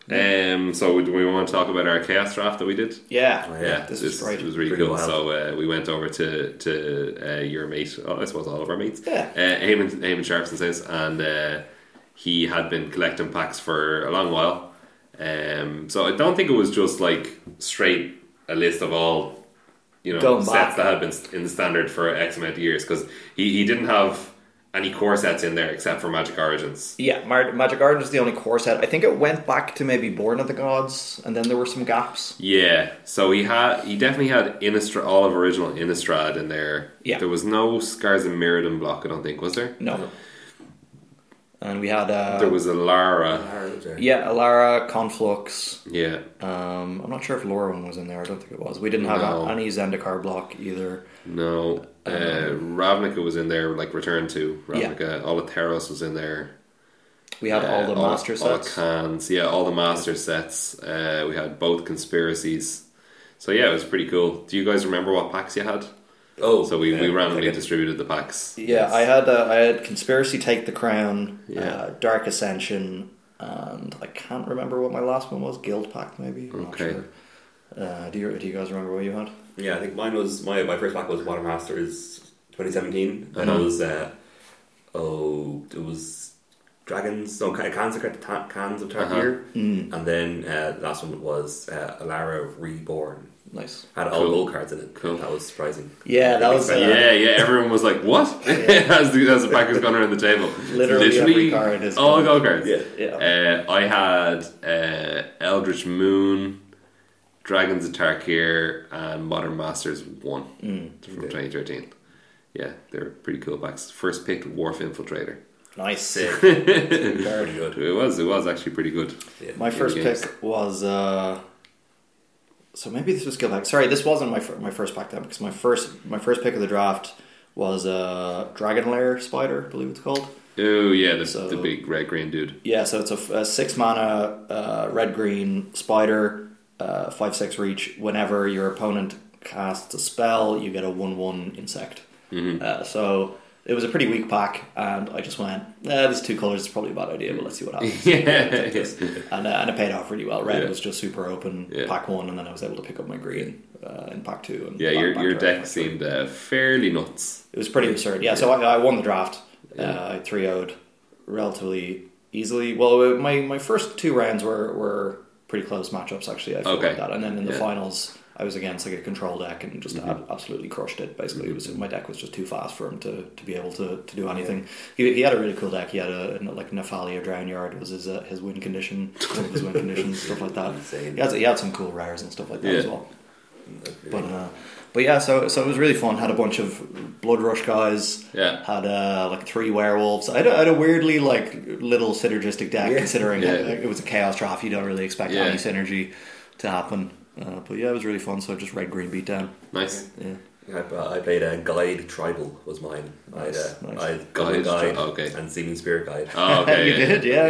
Um, so do we want to talk about our chaos draft that we did?
Yeah,
Oh,
Yeah,
this
this
is great.
was really
Pretty
cool.
wild.
So uh, we went over to to uh, your mate, oh, I suppose all of our mates,
Yeah.
uh, Eamon, Eamon Sharpson's house, and uh, he had been collecting packs for a long while. Um, so I don't think it was just like straight a list of all you know
Going
sets
back.
that had been st- in the standard for X amount of years because he, he didn't have any core sets in there except for Magic Origins.
Yeah, Mar- Magic Garden is the only core set. I think it went back to maybe Born of the Gods, and then there were some gaps.
Yeah, so he had he definitely had Innistrad, all of original Innistrad in there.
Yeah.
there was no Scars and Mirrodin block. I don't think was there.
No, and we had uh,
There was a Lara.
Yeah.
yeah, Alara, Conflux.
Yeah,
Um, I'm not sure if Lauren was in there. I don't think it was. We didn't have
No.
any Zendikar block either.
no. Uh, Ravnica was in there. Like Return to
Um, Yeah.
Ravnica. All of Theros was in there.
We had
Uh,
all the master
all
sets.
cans. Yeah, all the master sets. Uh, we had both conspiracies. So yeah, it was pretty cool. Do you guys remember what packs you had?
Oh,
So we, we
Uh,
yeah,
randomly
okay.
distributed the packs.
Yeah, I had uh, I had conspiracy take the crown,
Yeah.
uh, dark ascension, and I can't remember what my last one was. Guild pack maybe. I'm not
Okay.
sure. Uh, do you do you guys remember what you had?
Yeah, I think mine was my my first pack was Water Masters 2017. Then
Uh-huh.
it was uh, oh, it was Dragons. No, Ca- Cans of Ta- Cans of
Uh-huh.
Tarkir. And then uh, the last one was uh, Alara Reborn.
Nice.
Had all
Cool.
gold cards in it.
Cool.
That was surprising.
Yeah, that was uh,
yeah, yeah. Everyone was like, "What?" as, the, as the pack was going around the table,
Literally every card is
all gold
gold.
cards.
Yeah.
Uh, I had uh, Eldritch Moon, Dragons of Tarkir, and Modern Masters One
Mm,
from 2013. Yeah, they were pretty cool packs. First pick, Wharf Infiltrator.
nice. Good
Pretty
card.
good.
It was, it was actually pretty good.
Yeah.
My first
games.
pick was. Uh, so maybe this was guild pack. Sorry, this wasn't my fir- my first pack then because my first my first pick of the draft was uh, Dragon Lair Spider, I believe it's called.
Oh yeah, the,
So-
the big red green dude.
Yeah, so it's a, f- a six mana uh, red green spider, uh, five six reach. Whenever your opponent casts a spell, you get a one one insect.
Mm-hmm.
Uh, so it was a pretty weak pack, and I just went, eh, "There's two colors. It's probably a bad idea, but let's see what happens."
yeah,
and, uh, and it paid off really well. Red
Yeah.
was just super open
Yeah.
pack one, and then I was able to pick up my green uh, in pack two. And
yeah.
back-
Your
back
your
to
deck
pack three.
seemed uh, fairly nuts.
It was pretty absurd. Yeah, so I, I won the draft. Uh, I 3 0'd relatively easily. Well, my, my first two rounds were, were pretty close matchups, actually. I feel
Okay.
like that. And then in the
Yeah. Mm-hmm.
finals, I I was against like a control deck and just ab- absolutely crushed it. Basically, it was, my deck was just too fast for him to, to be able to, to do anything. He, he had a really cool deck. He had a an- like Nephalia Drown Yard was his uh, his win condition, one of his win conditions, stuff like that.
Insane.
He had he had some cool rares and stuff like that as
Yeah.
well. But uh, but yeah, so so it was really fun. Had a bunch of blood rush guys.
Yeah.
Had uh, like three werewolves. I had, a, I had a weirdly like little synergistic deck,
Yeah.
considering
Yeah.
that, like, it was a chaos draft. You don't really expect
Yeah.
any synergy to happen. Uh, but yeah, it was really fun. So just red green beat down.
Nice.
Yeah.
I, I played a guide tribal was mine.
Nice,
I had, uh,
nice.
I had gunman
Guide
guide
tri- oh, okay.
and seeming spirit guide.
Oh, okay.
you
yeah.
did, yeah.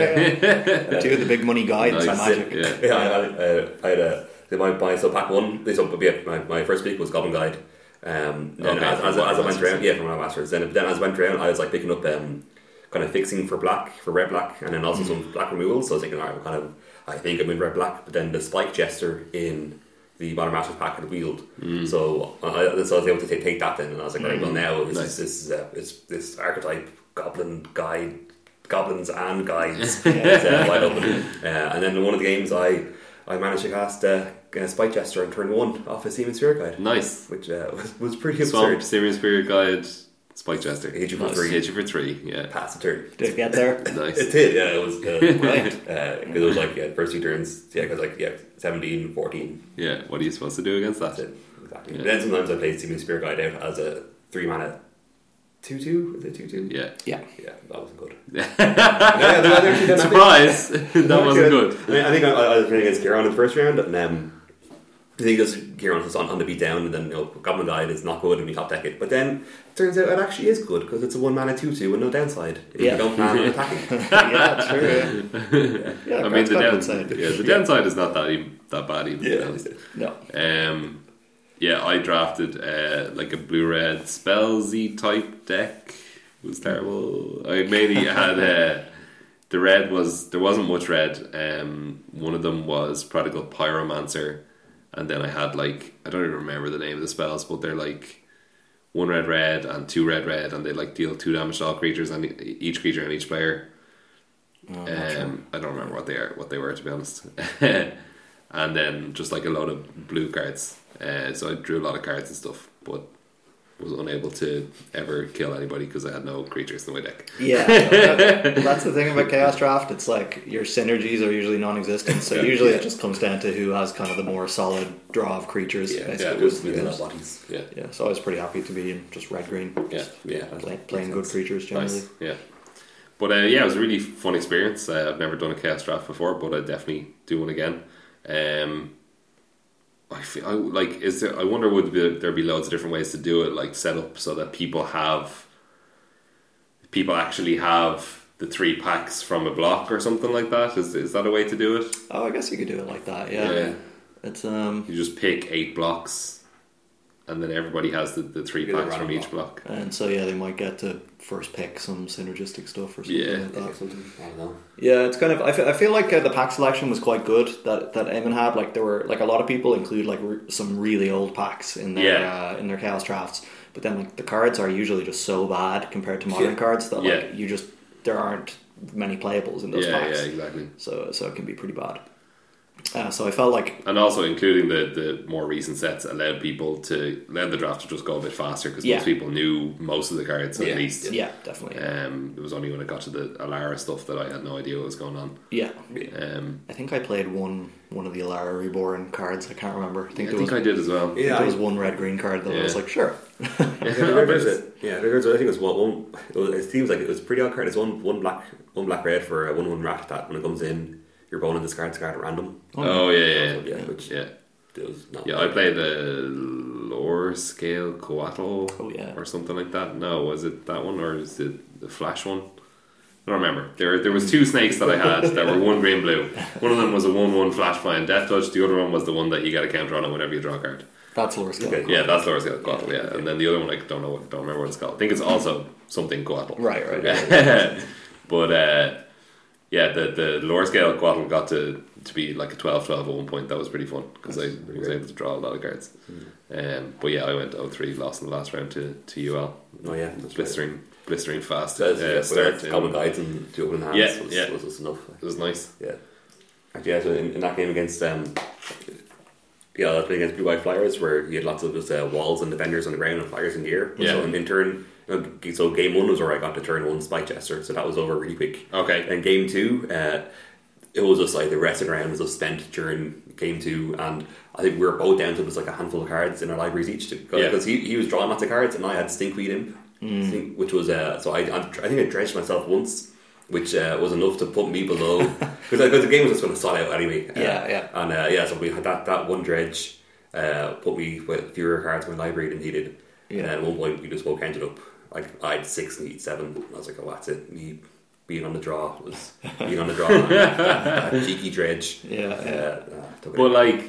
yeah, yeah. Two of the big money guides,
Nice.
on
That's it,
magic.
yeah.
yeah, I had, uh, I had a so my, my so pack one. So yeah, my, my first week was Goblin Guide. Um, then
Okay,
as,
from
as, as I went
Masters.
around, yeah, from my masters. Then, then as I went around, I was like picking up um, kind of fixing for black, for red black, and then
Hmm.
also some black removals. So I was thinking, alright, I'm kind of I think I'm in red black, but then the spike jester in the modern masters pack had wheeled.
Hmm.
So I, so I was able to take, take that then, and I was like, right, well now this
Nice.
is this is uh, it's, this archetype Goblin Guide goblins and guides uh, wide open. Uh, and then in one of the games, I I managed to cast uh, uh, Spike Jester on turn one off a Seaman Spirit Guide,
Nice.
which uh, was, was pretty
Swamp,
absurd.
Serious Spirit Guide, Spike Jester.
Hit you for
Nice.
three.
Hit you for three, yeah.
Pass the turn.
Did it get there?
It
Nice.
did, yeah, it was
Brilliant.
uh, uh, 'cause it was like, yeah, first two turns, yeah, because like, yeah, 17, 14,
Yeah, what are you supposed to do against
that's
that?
it, exactly.
Yeah.
Then sometimes I played Seaman Spirit Guide out as a three mana 2 2, is it 2 2?
Yeah.
Yeah.
Yeah, that wasn't good. Yeah, the other two done- I think-
Surprise! that wasn't good.
I, mean, I think I, I was playing against Giron in the first round, and um, I think because Giron was on, on the beat down, and then you know, Goblin Guide is not good, and we top deck it. But then turns out it actually is good because it's a one mana 2 2 with no downside. If
Yeah.
you don't plan on attacking.
yeah, true. Yeah,
I mean, the,
Grant's
down,
got a good side.
yeah, the downside is not that even, that bad, even. to be honest.
No.
Um, yeah, I drafted uh, like a blue red spell Z type deck. It was terrible. I mainly had uh, the red was there wasn't much red. Um, one of them was Prodigal Pyromancer, and then I had like I don't even remember the name of the spells, but they're like one red red and two red red, and they like deal two damage to all creatures and e- each creature and each player.
No, not sure.
Um, I don't remember what they are, what they were to be honest. and then just like a lot of blue cards. Uh, so I drew a lot of cards and stuff, but was unable to ever kill anybody because I had no creatures in my deck.
Yeah, that- that's the thing about Chaos Draft. It's like your synergies are usually non-existent, so usually it just comes down to who has kind of the more solid draw of creatures.
Yeah,
basically.
yeah,
It was within our bodies.
Yeah,
Yeah, so I was pretty happy to be in just red green.
yeah,
Yeah.
play, playing good creatures generally.
nice, yeah. But uh, yeah, it was a really fun experience. Uh, I've never done a chaos draft before, but I definitely do one again. Um, I feel I, like is there? I wonder would be, there be loads of different ways to do it, like set up so that people have people actually have the three packs from a block or something like that. Is is that a way to do it?
Oh, I guess you could do it like that. Yeah,
Yeah.
it's um
You just pick eight blocks, and then everybody has the, the three
You get a
packs from
random
each block.
and so yeah, they might get to first pick some synergistic stuff or something
Yeah.
like that.
Or something. I don't know.
Yeah, it's kind of. I feel, I feel like uh, the pack selection was quite good that that Eamon had. Like there were like a lot of people include like re- some really old packs in their
Yeah.
uh, in their chaos drafts, but then like the cards are usually just so bad compared to modern
Yeah.
cards that like
Yeah.
you just there aren't many playables in those
yeah,
packs.
yeah, exactly.
So so it can be pretty bad. Uh, so I felt like
and also including the, the more recent sets allowed people to allowed the draft to just go a bit faster because
Yeah.
most people knew most of the cards
Yeah.
at least.
yeah, definitely
Um, it was only when it got to the Alara stuff that I had no idea what was going on.
yeah.
Um,
I think I played one one of the Alara Reborn cards. I can't remember. I think
I
there
think
was
I did as well.
I think
Yeah,
there
I-
was one red green card that I was
Yeah.
like sure.
Yeah, the regards it. Yeah, the regards it. I think it was one. one it, was, it seems like it was a pretty odd card. It's one one black, one black red for a one one rat that when it comes in, your opponent discards a card at random.
Oh yeah, yeah,
yeah,
yeah.
which
yeah.
it was not.
Yeah, I played the lore scale Coatl
Oh, yeah.
or something like that. No, was it that one or is it the flash one? I don't remember. There there was two snakes that I had that were one green blue. One of them was a one one flash flying death touch, the other one was the one that you get a counter on it whenever you draw a card.
That's Laura Scott.
Okay.
Yeah, that's Laura scale Coatl, yeah. And then the other one I don't know what don't remember what it's called. I think it's also something Coatl.
Right, right.
but uh, yeah, the the lower scale Quaddle got to, to be like a 12 12 at one point. That was pretty fun because I was able to draw a lot of cards.
Hmm.
Um, but yeah, I went 0 3, lost in the last round to, to UL.
Oh yeah, that's right.
Blistering, blistering fast.
So that's-
uh,
yeah,
start
start
in-
common guides and two open hands
Yeah,
was,
yeah.
was, was enough.
It was nice.
Yeah, actually, yeah, so in, in that game against um, the LL play against Blue White Flyers, where he had lots of just uh, walls and defenders on the ground and flyers in the air.
Yeah.
So in, in turn, so game one was where I got to turn one spike Chester, so that was over really quick.
Okay.
And game two, uh, it was just like the rest of the round was just spent during game two, and I think we were both down to just like a handful of cards in our libraries each.
Yeah.
Because he, he was drawing lots of cards, and I had stinkweed in,
Mm.
stink, which was uh, so I, I I think I dredged myself once. Which uh, was enough to put me below because the game was just going to sort out anyway. Uh,
Yeah, yeah.
And uh, yeah, so we had that, that one dredge uh, put me with fewer cards in my library than he did.
Yeah.
And at one point, we just both ended up like I had six and he had seven. I was like, oh, that's it. Me being on the draw was being on the draw. line. that, that cheeky dredge.
Yeah,
Uh,
yeah.
uh, took it.
But like,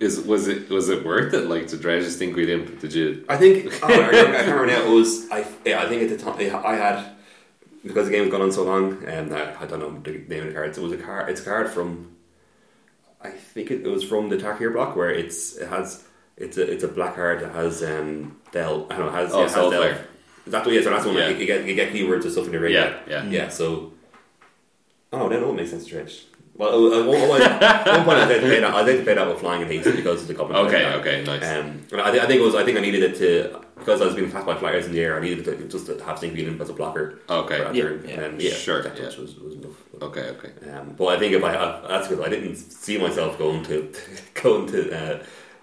is was it was it worth it? Like to dredge this thing we did? Did you?
I think oh, I remember- I can't remember now. It was I. Yeah, I think at the time yeah, I had because the game had gone on so long, and I, I don't know the name of the cards. It was a card. It's a card from. I think it, it was from the Takir block where it's it has it's a it's a black card that has um Del I don't know has
Oh,
yeah, has Del.
Soulfire.
That's what yeah, so that's one
Yeah.
like, you get you get keywords and stuff in your ring.
Yeah, yeah.
yeah. So oh, then it all makes sense, Dredge. Well, at one, at one, at one point I did play that. I did play that with flying and haste because of the goblin.
Okay,
player.
okay, nice.
Um, and I, thi- I think it was. I think I needed it to because I was being attacked by flyers in the air. I needed it to, just to have Sting Bean as a blocker.
Okay.
for that
Yeah,
turn.
yeah.
And yeah,
Sure,
That
yeah.
touch was, was enough.
Okay, okay.
Um, but I think if I had, that's because I didn't see myself going to going to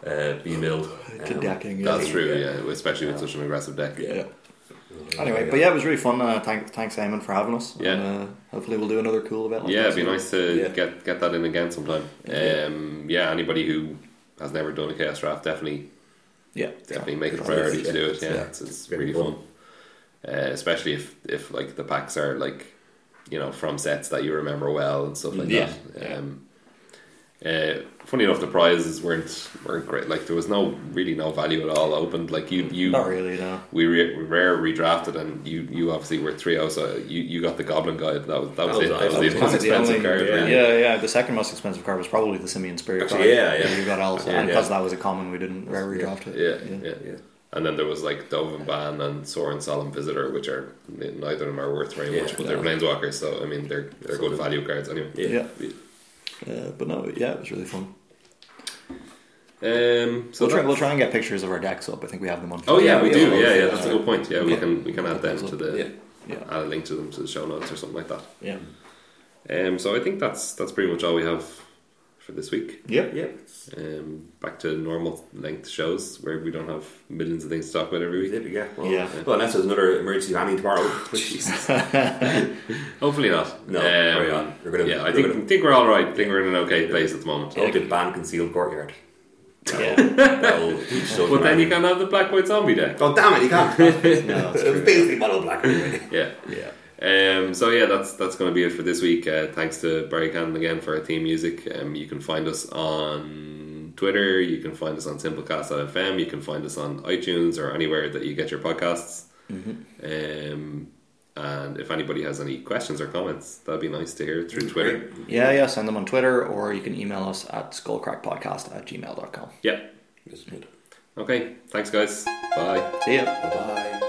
uh, uh, be milled.
To
Um,
decking, yeah.
That's true. Yeah, especially with such an aggressive deck.
yeah. Anyway, but yeah, it was really fun. Uh, thank, thanks, Eamon, for having us.
Yeah.
And, uh, hopefully, we'll do another cool event. Like
Yeah,
this.
it'd be nice to
Yeah.
get get that in again sometime. Um, yeah, anybody who has never done a chaos draft definitely
Yeah.
definitely make it a
Yeah.
priority to
Yeah.
do it. Yeah,
Yeah.
it's, it's
Very
really
fun.
fun, uh, especially if if like the packs are like you know from sets that you remember well and stuff like
Yeah.
that.
Yeah.
Um, uh, funny enough, the prizes weren't weren't great. Like there was no really no value at all opened. Like you you
Not really, no.
we re- we rare redrafted and you, you obviously were 3-0 so you, you got the goblin guide that was that was
That
it
was-
that was
that
the
was
most
Probably the
expensive
only-
card
yeah,
really.
yeah, yeah. The second most expensive card was probably the Simeon Spirit
Actually,
card.
yeah, yeah.
You got also,
Yeah,
and
yeah.
because that was a common, we didn't rare redraft it.
Yeah, yeah,
Yeah.
And then there was like Dove and Ban and Soren Solemn Visitor, which are neither of them are worth very much,
Yeah,
but they're
no.
planeswalkers, so I mean they're they're good value cards anyway.
Yeah.
Yeah. Uh, but no, yeah, it was really fun.
Um, so
We'll try,
that-
we'll try and get pictures of our decks up. I think we have them on.
oh yeah, we
Yeah,
do.
we'll-
Yeah, yeah,
yeah,
that's a
yeah.
good point. Yeah, we can we can add them to the
Yeah.
yeah,
add a link to them to the show notes or something like that.
yeah,
Um, so I think that's that's pretty much all we have for this week.
yeah.
yeah.
Um, back to normal length shows where we don't have millions of things to talk about every
We
week.
did, yeah. Well,
Yeah.
well, unless there's another emergency landing tomorrow. Jesus.
Hopefully not.
No,
Um,
carry on. We're gonna-
yeah, I
we're
think
gonna-
think we're all right. I think we're in an okay place at the moment.
Oh, did ban concealed courtyard.
yeah.
Well, each social
But then you
landing.
can have the black white zombie deck.
Oh damn it! You can't.
No, it's true.
Basically, model black. Anyway.
Yeah.
Yeah.
Um, so yeah, that's that's going to be it for this week. Uh, thanks to Barry Cannon again for our theme music. Um, you can find us on Twitter. You can find us on Simplecast.fm. You can find us on iTunes or anywhere that you get your podcasts. Um, and if anybody has any questions or comments, that'd be nice to hear through Twitter.
yeah, yeah. Send them on Twitter or you can email us at skullcrackpodcast at gmail.com.
Yeah.
That's good.
Okay. Thanks, guys. Bye.
See ya.
Bye.